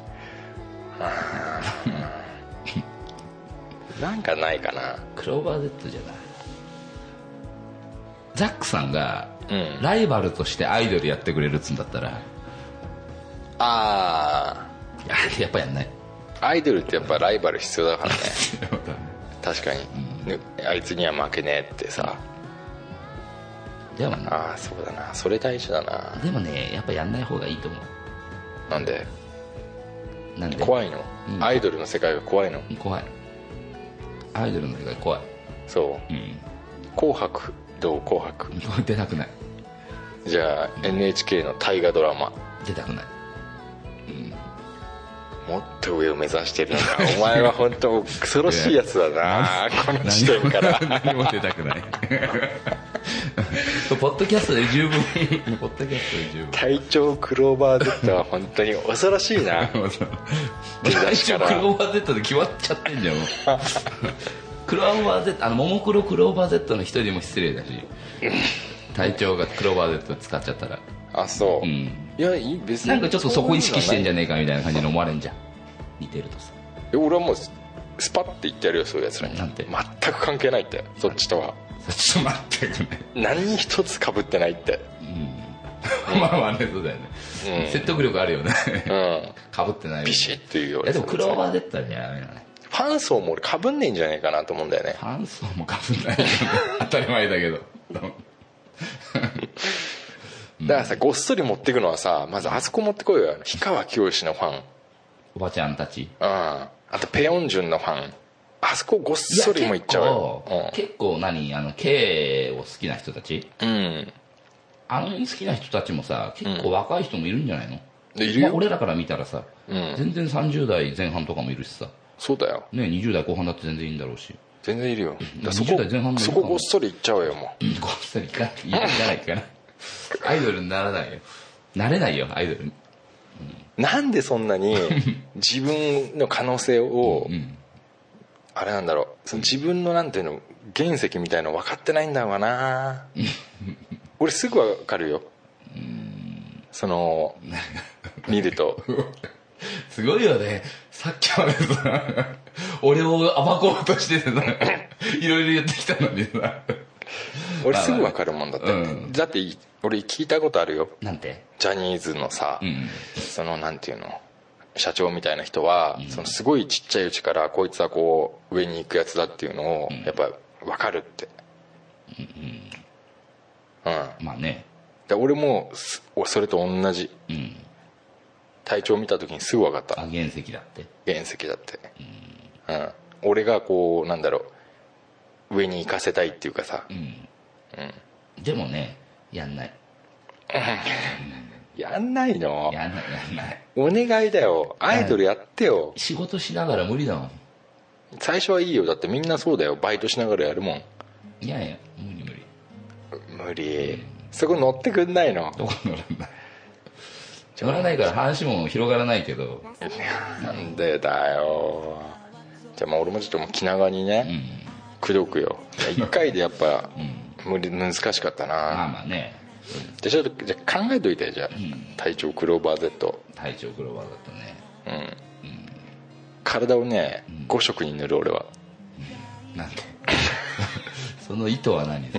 Speaker 3: ゃう
Speaker 4: うなんかないかな
Speaker 3: クローバー Z じゃないザックさんが
Speaker 4: うん
Speaker 3: ライバルとしてアイドルやって くれるっつんだったら
Speaker 4: あ
Speaker 3: いややっぱやんない
Speaker 4: あアイドルってやっぱライバル必要だからね 確かに、ねあいつには負けねえってさ
Speaker 3: でもね
Speaker 4: ああそうだなそれ大事だな
Speaker 3: でもねやっぱやんない方がいいと思
Speaker 4: なんで
Speaker 3: うなんで
Speaker 4: 怖いの、
Speaker 3: うん
Speaker 4: アイドルの世界が怖いの
Speaker 3: 怖いアイドルの世界怖い
Speaker 4: そう
Speaker 3: うん
Speaker 4: 「紅白」どう「紅白
Speaker 3: 出たくない」
Speaker 4: じゃあ NHK の大河ドラマ
Speaker 3: 出たくない
Speaker 4: もっと上を目指してるなお前は本当恐ろしいやつだなこの時点から
Speaker 3: 何も出たくない ポッドキャストで十分ポッドキャストで十分
Speaker 4: 体調クローバー Z は本当に恐ろしい な
Speaker 3: で最初クローバー Z で決まっちゃって んじゃんもうクローバー Z あのももクロクローバー Z の人にも失礼だし体調がクローバー Z 使っちゃったら
Speaker 4: あそう、
Speaker 3: うん
Speaker 4: いやいい別に
Speaker 3: なんかちょっとそこ意識してんじゃ
Speaker 4: ん
Speaker 3: ねえかみたいな感じに思われんじゃん似てるとさ
Speaker 4: 俺はもうススパッて言ってやるよそういうやつらに
Speaker 3: なんて
Speaker 4: 全く関係ないってそっちとは
Speaker 3: ちょっと待ってく ね
Speaker 4: 何一つかぶってないって
Speaker 3: まあまあねそうだよね、
Speaker 4: うん
Speaker 3: 説得力あるよね
Speaker 4: うん
Speaker 3: かぶってないよね
Speaker 4: ビシッと言うよ
Speaker 3: いやでもクローバー
Speaker 4: で
Speaker 3: Z じゃダメだね
Speaker 4: ファン層も俺かぶんねえんじゃねえかなと思うんだよね
Speaker 3: パンソーもかぶんないよね当たり前だけ ど
Speaker 4: だからさごっそり持ってくのはさまずあそこ持ってこいよ氷川きよしのファンうん
Speaker 3: おばちゃんたちい
Speaker 4: あとペヨンジュンのファンあそこごっそりもいっちゃうよ
Speaker 3: 結構結構何あの K を好きな人たち
Speaker 4: うん、うん
Speaker 3: あの好きな人たちもさ結構若い人もいるんじゃないの、
Speaker 4: でいるよ
Speaker 3: まあ俺らから見たらさ、
Speaker 4: うん
Speaker 3: 全然30代前半とかもいるしさ、
Speaker 4: そうだよ
Speaker 3: ね、20代後半だって全然いいんだろうし、
Speaker 4: 全然いるよだからそ
Speaker 3: 20代前半の
Speaker 4: こそこごっそり行っちゃおうよもう
Speaker 3: こっそり行かないいや行かない行かない アイドルにならないよなれないよアイドルに
Speaker 4: なんでそん なに自分の可能性を、
Speaker 3: ん
Speaker 4: あれなんだろうその自分のなんていうの原石みたいの分かってないんだろ うな俺すぐ分かるよその見る と
Speaker 3: すごいよねさっきまでさ俺を暴こうとしててさいろいろ言ってきたのにさ
Speaker 4: 俺すぐ分かるもんだって、
Speaker 3: うん
Speaker 4: だってい俺聞いたことあるよ
Speaker 3: なんて
Speaker 4: ジャニーズのさ、
Speaker 3: うん
Speaker 4: そのなんていうの社長みたいな人は、そのすごいちっちゃいうちからこいつはこう上に行くやつだっていうのをやっぱ分かるってうん、
Speaker 3: まあね
Speaker 4: で俺もすそれと同じ
Speaker 3: うん
Speaker 4: 体調見た時にすぐ分かった
Speaker 3: あ原石だって
Speaker 4: 原石だってうん俺がこうなんだろう上に行かせたいっていうかさ
Speaker 3: うん、でもねやんない
Speaker 4: やんないの
Speaker 3: やんないやんない
Speaker 4: お願いだよアイドルやってよ
Speaker 3: 仕事しながら無理だもん
Speaker 4: 最初はいいよだってみんなそうだよバイトしながらやるもん
Speaker 3: いやいや無理無理
Speaker 4: 無理そこ乗ってくんないの
Speaker 3: どこ乗らない乗らないから話も広がらないけど
Speaker 4: なんでだよじゃあまあ俺もちょっともう気長に
Speaker 3: う
Speaker 4: ね
Speaker 3: ん
Speaker 4: 口説くよ1回でやっぱ
Speaker 3: うん
Speaker 4: 無理難しかった
Speaker 3: まあ
Speaker 4: な
Speaker 3: まあね
Speaker 4: じゃあちょっとじゃあ考えといてじゃあ体調クローバー Z
Speaker 3: 体調苦労はだったね
Speaker 4: うん体をね5色に塗る俺は
Speaker 3: なんで その意図は何そ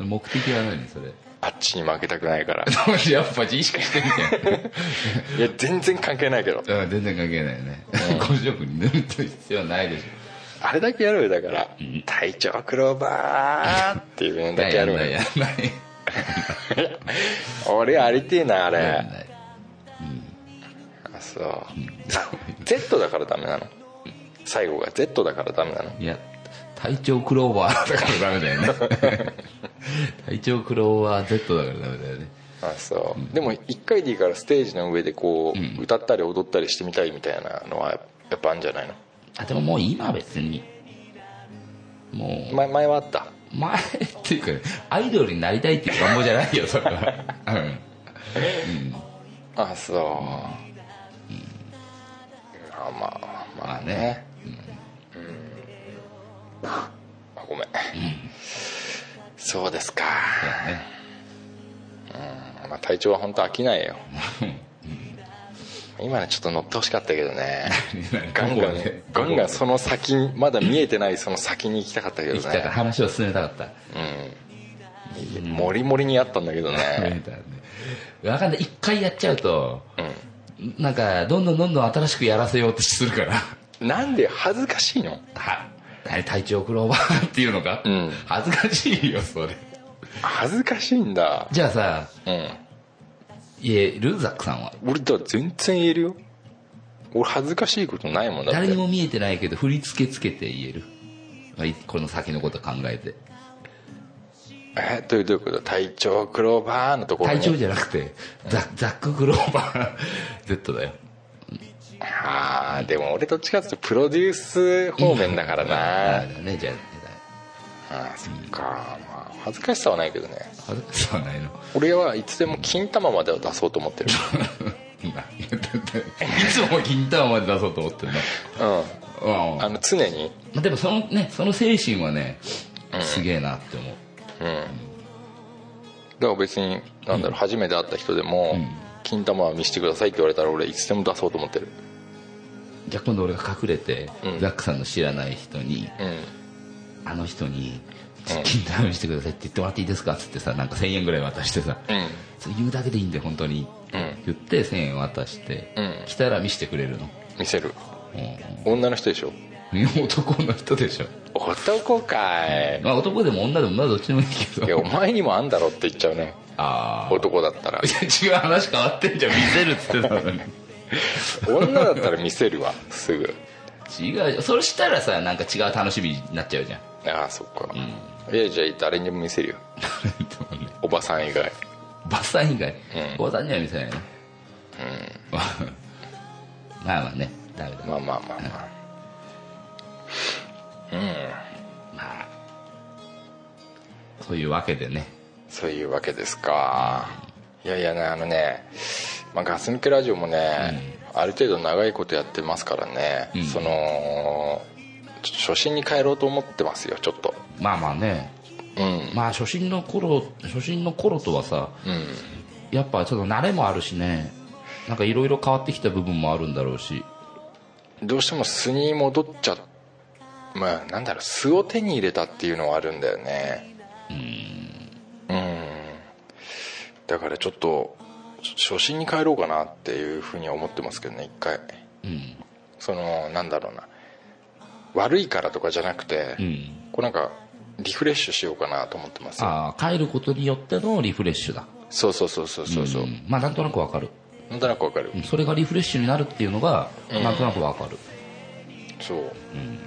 Speaker 3: の目的は何それ
Speaker 4: あっちに負けたくないから
Speaker 3: やっぱ自意識してみて
Speaker 4: いや全然関係ないけど
Speaker 3: うん全然関係ないよね 五色に塗ると必要はないでしょ
Speaker 4: あれだけやろうよだから「体調クローバー」っていうのだけやろう
Speaker 3: ないや
Speaker 4: よ
Speaker 3: んない
Speaker 4: 俺ありてえな
Speaker 3: や
Speaker 4: あ
Speaker 3: ん
Speaker 4: れ
Speaker 3: ない
Speaker 4: あそう Z だからダメなの最後が Z だからダメなの
Speaker 3: いや体調クローバーだからダメだよね 体調クローバー Z だからダメだよね
Speaker 4: あそう、でも1回でいいからステージの上でこう、
Speaker 3: うん
Speaker 4: 歌ったり踊ったりしてみたいみたいなのはやっぱあるんじゃないの
Speaker 3: あでももう今は別にもう
Speaker 4: 前前はあった
Speaker 3: 前っていうかねアイドルになりたいっていう願望じゃないよそれはうん
Speaker 4: あそう、あまあまあね、うんあごめん、そうですか、うんまあ、体調は本当飽きないよ今ねちょっと乗ってほしかったけど ねガンガンねガンガンその先にまだ見えてないその先に行きたかったけど
Speaker 3: 行きたかった
Speaker 4: ね
Speaker 3: 話を進めたかった
Speaker 4: うんモリモリにあったんだけど
Speaker 3: 分
Speaker 4: ね
Speaker 3: かんない一回やっちゃうと
Speaker 4: う
Speaker 3: なんかどんどんどんどん新しくやらせようとするから
Speaker 4: んなんで恥ずかしいの
Speaker 3: は何体調クローバーっていうのか、
Speaker 4: うん
Speaker 3: 恥ずかしいよそれ
Speaker 4: 恥ずかしいんだ
Speaker 3: じゃあさ
Speaker 4: うん
Speaker 3: いえルーザックさんは
Speaker 4: 俺だから全然言えるよ俺恥ずかしいことないもんだって
Speaker 3: 誰にも見えてないけど振り付けつけて言えるはいこの先のこと考えて
Speaker 4: えどういうどういうこと体調クローバーのところに
Speaker 3: 体調じゃなくてザザック・グローバー Z だよ
Speaker 4: ああでも俺どっちかっていうとプロデュース方面だからな
Speaker 3: あれだねじゃあ
Speaker 4: あーそっかまあ恥ずかしさはないけどね
Speaker 3: 恥ずかしさはないの
Speaker 4: 俺はいつでも金玉までは出そうと思 ってる
Speaker 3: いつも銀玉まで出そうと思ってる
Speaker 4: うん
Speaker 3: の、うん
Speaker 4: あの常に
Speaker 3: まあ、でもそのねその精神はねすげえなって思う
Speaker 4: だから別になんだろう初めて会った人でも、金玉は見せてくださいって言われたら俺いつでも出そうと思ってる
Speaker 3: じゃあ今度俺が隠れて、
Speaker 4: うん
Speaker 3: ザックさんの知らない人に
Speaker 4: うん
Speaker 3: あの人に「金玉見してください」って言ってもらっていいですかっつってさなんか1000円ぐらい渡してさ
Speaker 4: うん
Speaker 3: それ言うだけでいいんで本当に、
Speaker 4: うん
Speaker 3: 言って1000円渡して、
Speaker 4: うん
Speaker 3: 来たら見せてくれるの、
Speaker 4: 見せる
Speaker 3: う
Speaker 4: 女の人でしょ
Speaker 3: ん、男の人でしょ、
Speaker 4: 男かい
Speaker 3: まあ、男でも女でもまあどっちでもいいけ
Speaker 4: いやお
Speaker 3: ど
Speaker 4: 前にもあんだろって言っちゃうね
Speaker 3: ああ
Speaker 4: 男だったら
Speaker 3: いや違う話変わってんじゃん見せるっつってたの に
Speaker 4: 女だったら見せる わすぐ
Speaker 3: 違うよそれしたらさなんか違う楽しみになっちゃうじゃん
Speaker 4: ああそっか、いやじゃあ誰にも見せるよ
Speaker 3: でもね
Speaker 4: おばさん以外
Speaker 3: バッサン以外
Speaker 4: うん
Speaker 3: おばさんには見せ ないねうんまあまあねダメだ
Speaker 4: まあまあまあまあうん
Speaker 3: まあそういうわけでね
Speaker 4: そういうわけですかいやいやねあのね、まあ、ガス抜けラジオもね、ある程度長いことやってますからね、
Speaker 3: うん
Speaker 4: そのちょっと初心に帰ろうと思ってますよちょっと
Speaker 3: まあまあね
Speaker 4: うん
Speaker 3: まあ初心の頃初心の頃とはさ
Speaker 4: うん
Speaker 3: やっぱちょっと慣れもあるしねなんかいろいろ変わってきた部分もあるんだろうし
Speaker 4: どうしても素に戻っちゃまあなんだろう素を手に入れたっていうのはあるんだよねうんだからちょっとちょ初心に帰ろうかなっていうふうには思ってますけどね一回
Speaker 3: うん
Speaker 4: そのなんだろうな悪いからとかじゃなくて、
Speaker 3: うん
Speaker 4: こうなんかリフレッシュしようかなと思ってます
Speaker 3: ああ帰ることによってのリフレッシュだ
Speaker 4: そうそうそうそうそうそう、
Speaker 3: んまあなんとなくわかる
Speaker 4: なんとなくわかる、
Speaker 3: うんそれがリフレッシュになるっていうのが
Speaker 4: うん
Speaker 3: なんとなくわかる、
Speaker 4: そううん、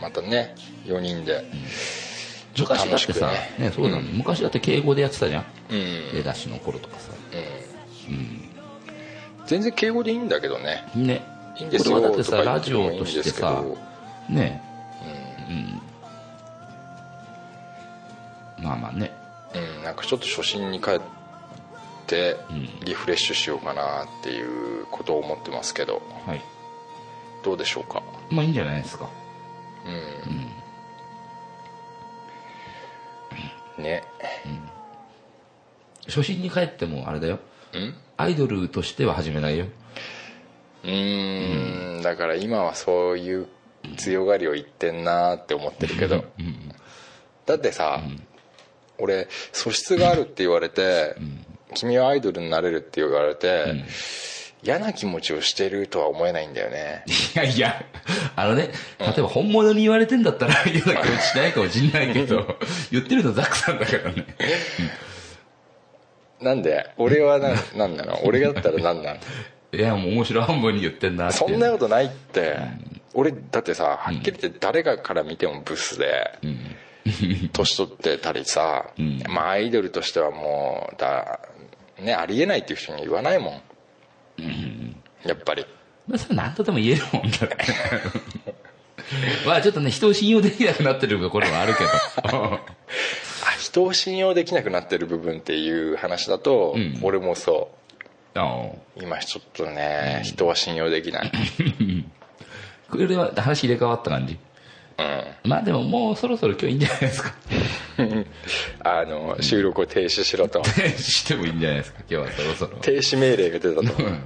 Speaker 4: またね4人で
Speaker 3: 昔だってさ、
Speaker 4: 楽しく
Speaker 3: ねそうなの昔だって敬語でやってたじゃん、
Speaker 4: うん、
Speaker 3: 出だしの頃とかさ
Speaker 4: 全然敬語でいいんだけどね
Speaker 3: ね
Speaker 4: いいんです
Speaker 3: こ
Speaker 4: よ
Speaker 3: れはだってさ
Speaker 4: とか言
Speaker 3: ラ
Speaker 4: って
Speaker 3: ジ
Speaker 4: も
Speaker 3: オ
Speaker 4: いいん
Speaker 3: と
Speaker 4: で
Speaker 3: し
Speaker 4: す
Speaker 3: て
Speaker 4: けど
Speaker 3: さねうん、まあまあね
Speaker 4: うん、なんかちょっと初心に帰ってリフレッシュしようかなっていうことを思ってますけど
Speaker 3: はい
Speaker 4: どうでしょうか
Speaker 3: まあいいんじゃないですか
Speaker 4: ね
Speaker 3: 初心に帰ってもあれだよ
Speaker 4: うん
Speaker 3: アイドルとしては始めないよ
Speaker 4: うーんだから今はそういう強がりを言ってんなーって思ってるけど、だってさ、俺素質があるって言われて、君はアイドルになれるって言われて、嫌な気持ちをしてるとは思えないんだよね
Speaker 3: いやいや、 あのね、例えば本物に言われてんだったら嫌な気持ちしないかもしんないけど、言ってるのザックさんだから ね。
Speaker 4: なんで俺はななんなの俺がだったらなんなん
Speaker 3: いや、もう面白半分に言ってんなって。
Speaker 4: そんなことないって俺だってさはっきり言って誰がから見てもブスで、年取ってたりさ、まあ、アイドルとしてはもうだ、ね、ありえないっていう人に言わないもん、やっぱり
Speaker 3: まあ、それ何とでも言えるもんだって。 まあちょっとね、人を信用できなくなってるところはあるけ ど。
Speaker 4: あ人を信用できなくなってる部分っていう話だと、
Speaker 3: ん
Speaker 4: 俺もそ
Speaker 3: ああ
Speaker 4: う今ちょっとね人は信用で きない
Speaker 3: これは話入れ替わった感じ。まあでももうそろそろ今日いいんじゃないですか。
Speaker 4: あの収録を停止 しろと
Speaker 3: してもいいんじゃないですか、今日はそろそろ。
Speaker 4: 停止命令が出たと
Speaker 3: うん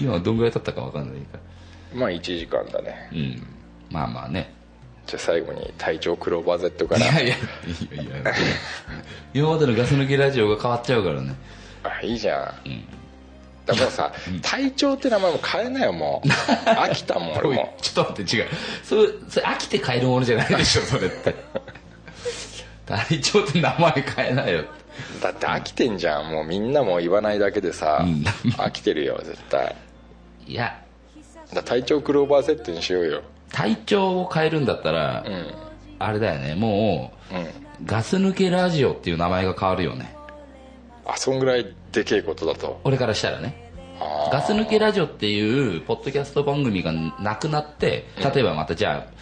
Speaker 3: 今はどんぐらい経ったかわかんないから。
Speaker 4: まあ1時間だね
Speaker 3: うん。まあまあね。
Speaker 4: じゃあ最後に隊長クローバー Z か
Speaker 3: い
Speaker 4: ら
Speaker 3: やいや、いやいや、今までのガス抜けラジオが変わっちゃうからね。
Speaker 4: あいいじゃん、だからさ隊長って名前も変えなよ もう飽きたもん俺も
Speaker 3: ちょっと待って、違う。それ、それ飽きて変えるものじゃないでしょ、それ って。隊長って名前変えないよ。
Speaker 4: だって飽きてんじゃんもうみんなも言わないだけでさ、
Speaker 3: うん
Speaker 4: 飽きてるよ絶対
Speaker 3: いや、
Speaker 4: だ体調クローバーセットにしようよ
Speaker 3: 隊長を変えるんだったら、
Speaker 4: うん
Speaker 3: あれだよね、も
Speaker 4: うん
Speaker 3: う、ガス抜けラジオっていう名前が変わるよね。
Speaker 4: あそんぐらいでけえことだと
Speaker 3: 俺からしたらね。
Speaker 4: あ
Speaker 3: ガス抜けラジオっていう、ポッドキャスト番組がなくなって、例えばまたじゃあ、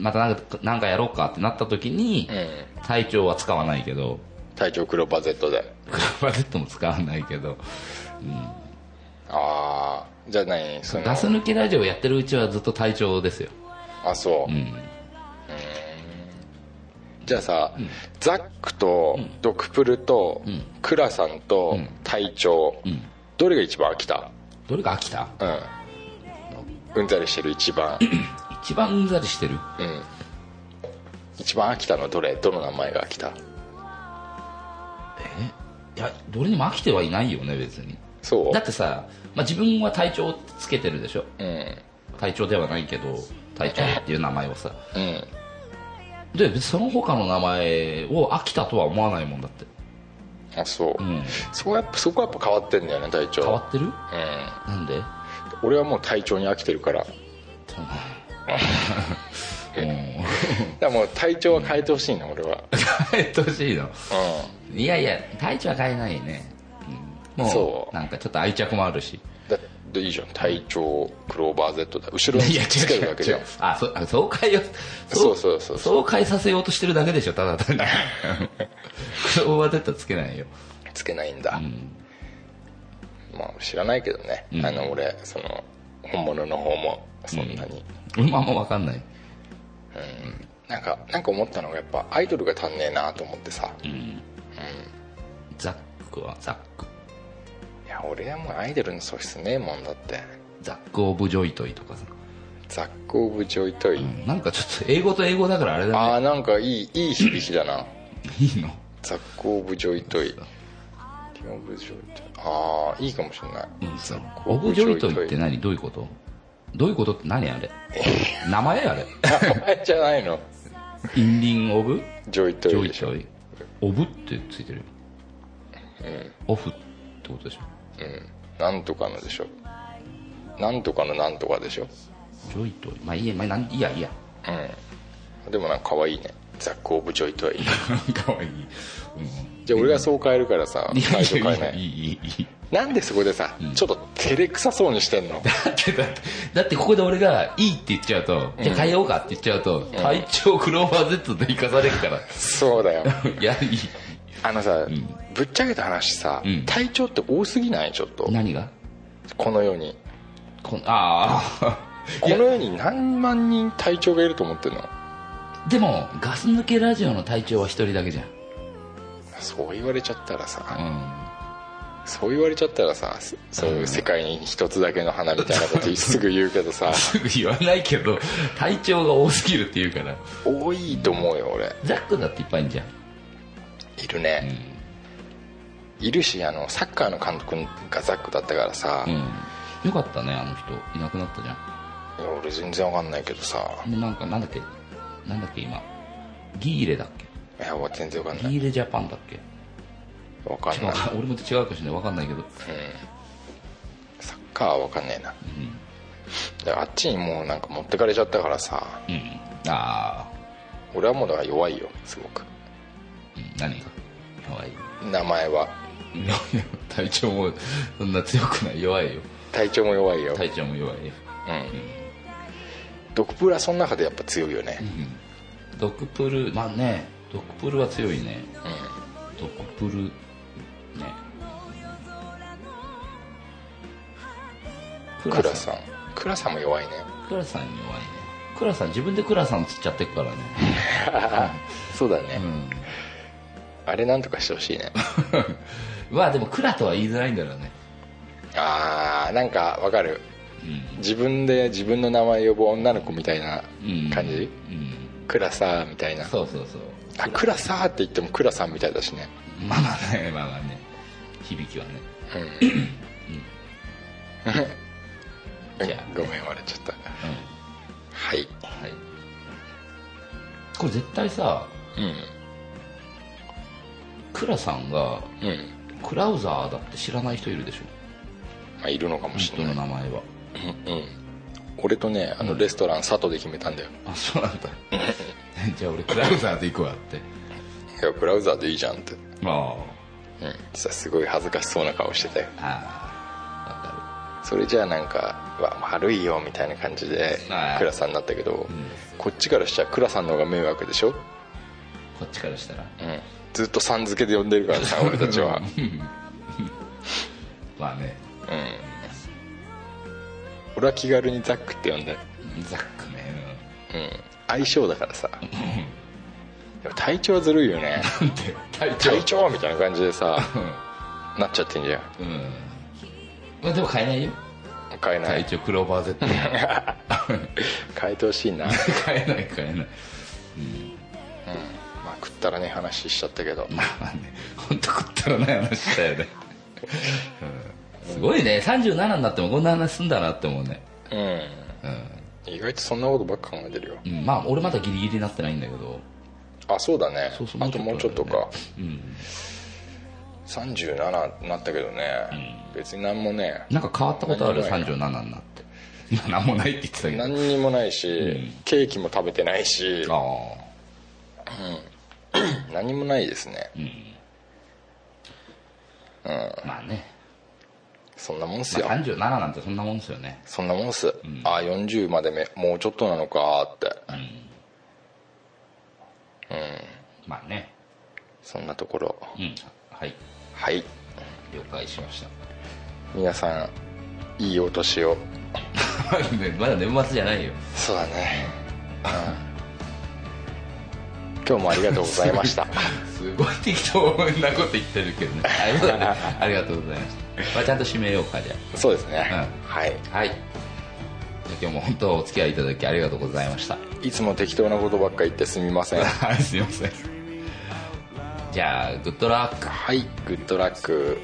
Speaker 3: またなんかなんかやろうかってなった時に、
Speaker 4: うん
Speaker 3: 隊長は使わないけど、
Speaker 4: 体調クローバー Z で
Speaker 3: クラバレットも使わないけど、
Speaker 4: ああじゃあ何その
Speaker 3: ガス抜けラジオやってるうちはずっと隊長ですよ。
Speaker 4: あそう、うーんじゃあさ、ザックとドクプルとクラさんと隊長、どれが一番飽きた
Speaker 3: どれが飽きた
Speaker 4: うんうんざりしてる一番
Speaker 3: 一番うんざりしてる。
Speaker 4: うん一番飽きたのどれどの名前が飽きた
Speaker 3: いや、どれにも飽きてはいないよね、別に。
Speaker 4: そう
Speaker 3: だってさ、まあ、自分は隊長つけてるでしょ。
Speaker 4: うん
Speaker 3: 隊長ではないけど、隊長っていう名前をさ。
Speaker 4: うん
Speaker 3: で、別にその他の名前を飽きたとは思わないもんだって。
Speaker 4: あそう、
Speaker 3: ん
Speaker 4: そこはやっぱそこはやっぱ変わってんだよね隊長
Speaker 3: 変わってる
Speaker 4: うん
Speaker 3: なんで
Speaker 4: 俺はもう隊長に飽きてるから
Speaker 3: うん。
Speaker 4: だからもう隊長は変えてほしいの俺は
Speaker 3: 変えてほしいの。
Speaker 4: う
Speaker 3: いやいや、隊長は変えないね。うんも
Speaker 4: そ
Speaker 3: う、
Speaker 4: う
Speaker 3: なんかちょっと愛着もあるし。
Speaker 4: んだっていいじゃん隊長クローバー Z だ後ろにつけるだけじゃん
Speaker 3: あ、そあそう変えよう。
Speaker 4: そうそうそう
Speaker 3: そう変えさせようとしてるだけでしょ、ただ単に。 そうは絶対つけないよ。
Speaker 4: つけないんだ、まあ知らないけどね、あの俺その本物の方もそんなに、
Speaker 3: 俺もあんまわかんない。
Speaker 4: なんかなんか思ったのがやっぱアイドルが足んねえなと思ってさ、い
Speaker 3: ザックは、ザック。
Speaker 4: や俺はもうアイドルの素質ねえもんだって
Speaker 3: ザックオブジョイトイとかさ。
Speaker 4: ザック・オブ・ジョイトイ、
Speaker 3: なんかちょっと英語と英語だからあれだ
Speaker 4: ああなんかいいいい響きだな
Speaker 3: ね。いいの
Speaker 4: ザック・オブ・ジョイトイキングオブ・ジョイトイああいいかもしれない
Speaker 3: うん、ザックオブジョイトイって何どういうことどういうことって何あれ名前あれ
Speaker 4: 名前じゃないの
Speaker 3: インディン・オブ
Speaker 4: ジョイト
Speaker 3: ジ
Speaker 4: イ
Speaker 3: ョイ
Speaker 4: でしょ
Speaker 3: トイオブってついてる、オフってことでしょ
Speaker 4: なんとかのでしょなんとかのなんとかでしょ
Speaker 3: ジョイトイまあいいや、まあ、なんいいやいいや
Speaker 4: でもなんか可愛いねザック・オブ・ジョイトイ
Speaker 3: かわいい、
Speaker 4: じゃあ俺がそう変えるからさ
Speaker 3: いや
Speaker 4: 最
Speaker 3: い
Speaker 4: 初変えな
Speaker 3: やい
Speaker 4: い
Speaker 3: いいいいいいい
Speaker 4: なんでそこでさちょっと照れくさそうにしてんの
Speaker 3: だってだってだってここで俺がいいって言っちゃうと、じゃあ変えようかって言っちゃうと、体調クローバー Z で生かされるから
Speaker 4: そうだよ
Speaker 3: いやいい
Speaker 4: あのさぶっちゃけた話さ
Speaker 3: うん
Speaker 4: 体調って多すぎないちょっと
Speaker 3: 何が
Speaker 4: この世に
Speaker 3: こんああ
Speaker 4: この世に何万人体調がいると思ってんの
Speaker 3: でもガス抜けラジオの隊長は一人だけじゃん
Speaker 4: そう言われちゃったらさ
Speaker 3: う
Speaker 4: そう言われちゃったらさそそういう世界に一つだけの花みたいなことすぐ言うけどさ
Speaker 3: ん、 言わないけど体調が多すぎるって言うから
Speaker 4: 多いと思うよ俺
Speaker 3: ザックだっていっぱいいんじゃん
Speaker 4: いるね、いるしあのサッカーの監督がザックだったからさ、
Speaker 3: う
Speaker 4: い
Speaker 3: んよかったねあの人いなくなったじゃ
Speaker 4: や俺全然わかんないけどさ
Speaker 3: んもうなんかなんだっけなんだっけ今ギーレだっけ
Speaker 4: いや俺全然わかんない
Speaker 3: ギーレジャパンだっけ
Speaker 4: わかん
Speaker 3: 違
Speaker 4: ないう
Speaker 3: 俺も違うかしらないわかんないけど
Speaker 4: サッカーはわかんねえな、であっちにもうなんか持ってかれちゃったからさ
Speaker 3: うんああ
Speaker 4: 俺はもうだから弱いよすごく
Speaker 3: うん何が弱 い
Speaker 4: 名前は
Speaker 3: 体調もそんな強くない弱いよ
Speaker 4: 体調も弱いよ、
Speaker 3: 体調も弱いよ
Speaker 4: ドクプラその中でやっぱ強いよね、
Speaker 3: ドクプルまあねドクプルは強いね、ドクプルねク
Speaker 4: クラさんクラさんも弱いね
Speaker 3: クラさんに弱いねクラさん自分でクラさんつっちゃってくからね
Speaker 4: そうだね、
Speaker 3: うん
Speaker 4: あれなんとかしてほしいね
Speaker 3: まあでもクラとは言いづらいんだろうね
Speaker 4: あーなんかわかる、自分で自分の名前呼ぶ女の子みたいな
Speaker 3: うん
Speaker 4: 感じ、
Speaker 3: うん
Speaker 4: クラさーみたいな
Speaker 3: そうそうそう
Speaker 4: あクラさーって言ってもクラさんみたいだしね
Speaker 3: まあまあねまあまあね響きはね
Speaker 4: うん
Speaker 3: じゃあ
Speaker 4: ごめん笑っちゃった
Speaker 3: うん
Speaker 4: はい
Speaker 3: はいこれ絶対さ
Speaker 4: う
Speaker 3: クラさんが
Speaker 4: んうん
Speaker 3: クラウザーだって知らない人いるでしょ
Speaker 4: まあいるのかもし
Speaker 3: 人
Speaker 4: れ
Speaker 3: の
Speaker 4: ない、
Speaker 3: 名前は
Speaker 4: 俺とねあのレストラン佐藤で決めたんだよ、
Speaker 3: あそうなん だじゃあ俺クラウザーで行くわって
Speaker 4: いやクラウザーでいいじゃんって
Speaker 3: あ
Speaker 4: うんさすごい恥ずかしそうな顔してたよ
Speaker 3: あ
Speaker 4: それじゃあなんかわ悪いよみたいな感じで
Speaker 3: はい
Speaker 4: クラさんになったけど、こっちからしちゃクラさんの方が迷惑でしょ、
Speaker 3: ーわかるこっちからしたら
Speaker 4: うん、ずっとさん付けで呼んでるからさ俺たちは
Speaker 3: まあね
Speaker 4: 俺は気軽にザックって呼んでる
Speaker 3: ザックね
Speaker 4: うん相性だからさでも体調はずるいよね
Speaker 3: うんで体調
Speaker 4: 体調みたいな感じでさなっちゃってんじゃん
Speaker 3: うんまあでも買えないよ
Speaker 4: 変えな
Speaker 3: 体
Speaker 4: い
Speaker 3: 調クローバー Z
Speaker 4: 変えてほしいなま
Speaker 3: 買えない買えない
Speaker 4: あ食ったらね話しちゃったけど
Speaker 3: まあまあね本当食ったらない話したよね、うんすごいね37になってもこんな話すんだなって思うね
Speaker 4: うん意外とそんなことばっか考えてるよ
Speaker 3: うんまあ俺まだギリギリになってないんだけど
Speaker 4: あそうだね
Speaker 3: そうそう
Speaker 4: あともうちょっと
Speaker 3: も
Speaker 4: か37になったけどね別に何もね
Speaker 3: なんか変わったことある
Speaker 4: 何
Speaker 3: 37
Speaker 4: も
Speaker 3: になって今何もないって言ってたけどあ
Speaker 4: 何にもないしケーキも食べてないし
Speaker 3: あ
Speaker 4: 何もないですね
Speaker 3: まあね、
Speaker 4: そんなもんっすよ
Speaker 3: まあ、37なんてそんなもんですよね
Speaker 4: そんなもんっす、あ40までめもうちょっとなのかって、
Speaker 3: まあね
Speaker 4: そんなところ
Speaker 3: うんはい
Speaker 4: はい
Speaker 3: 了解しました
Speaker 4: 皆さんいいお年を
Speaker 3: ね まだ年末じゃないよ
Speaker 4: そうだね、うん、今日もありがとうございました
Speaker 3: すごい適当なこと言ってるけどね ありがとうありがとうございました、まあ、ちゃんと締めようかじゃ
Speaker 4: そうですね、
Speaker 3: う
Speaker 4: はい
Speaker 3: あはいじゃあ今日も本当お付き合いいただ きありがとうございました
Speaker 4: いつも適当なことばっか言ってすみませんは
Speaker 3: はいすいませんじゃあグッドラック
Speaker 4: いグッドラック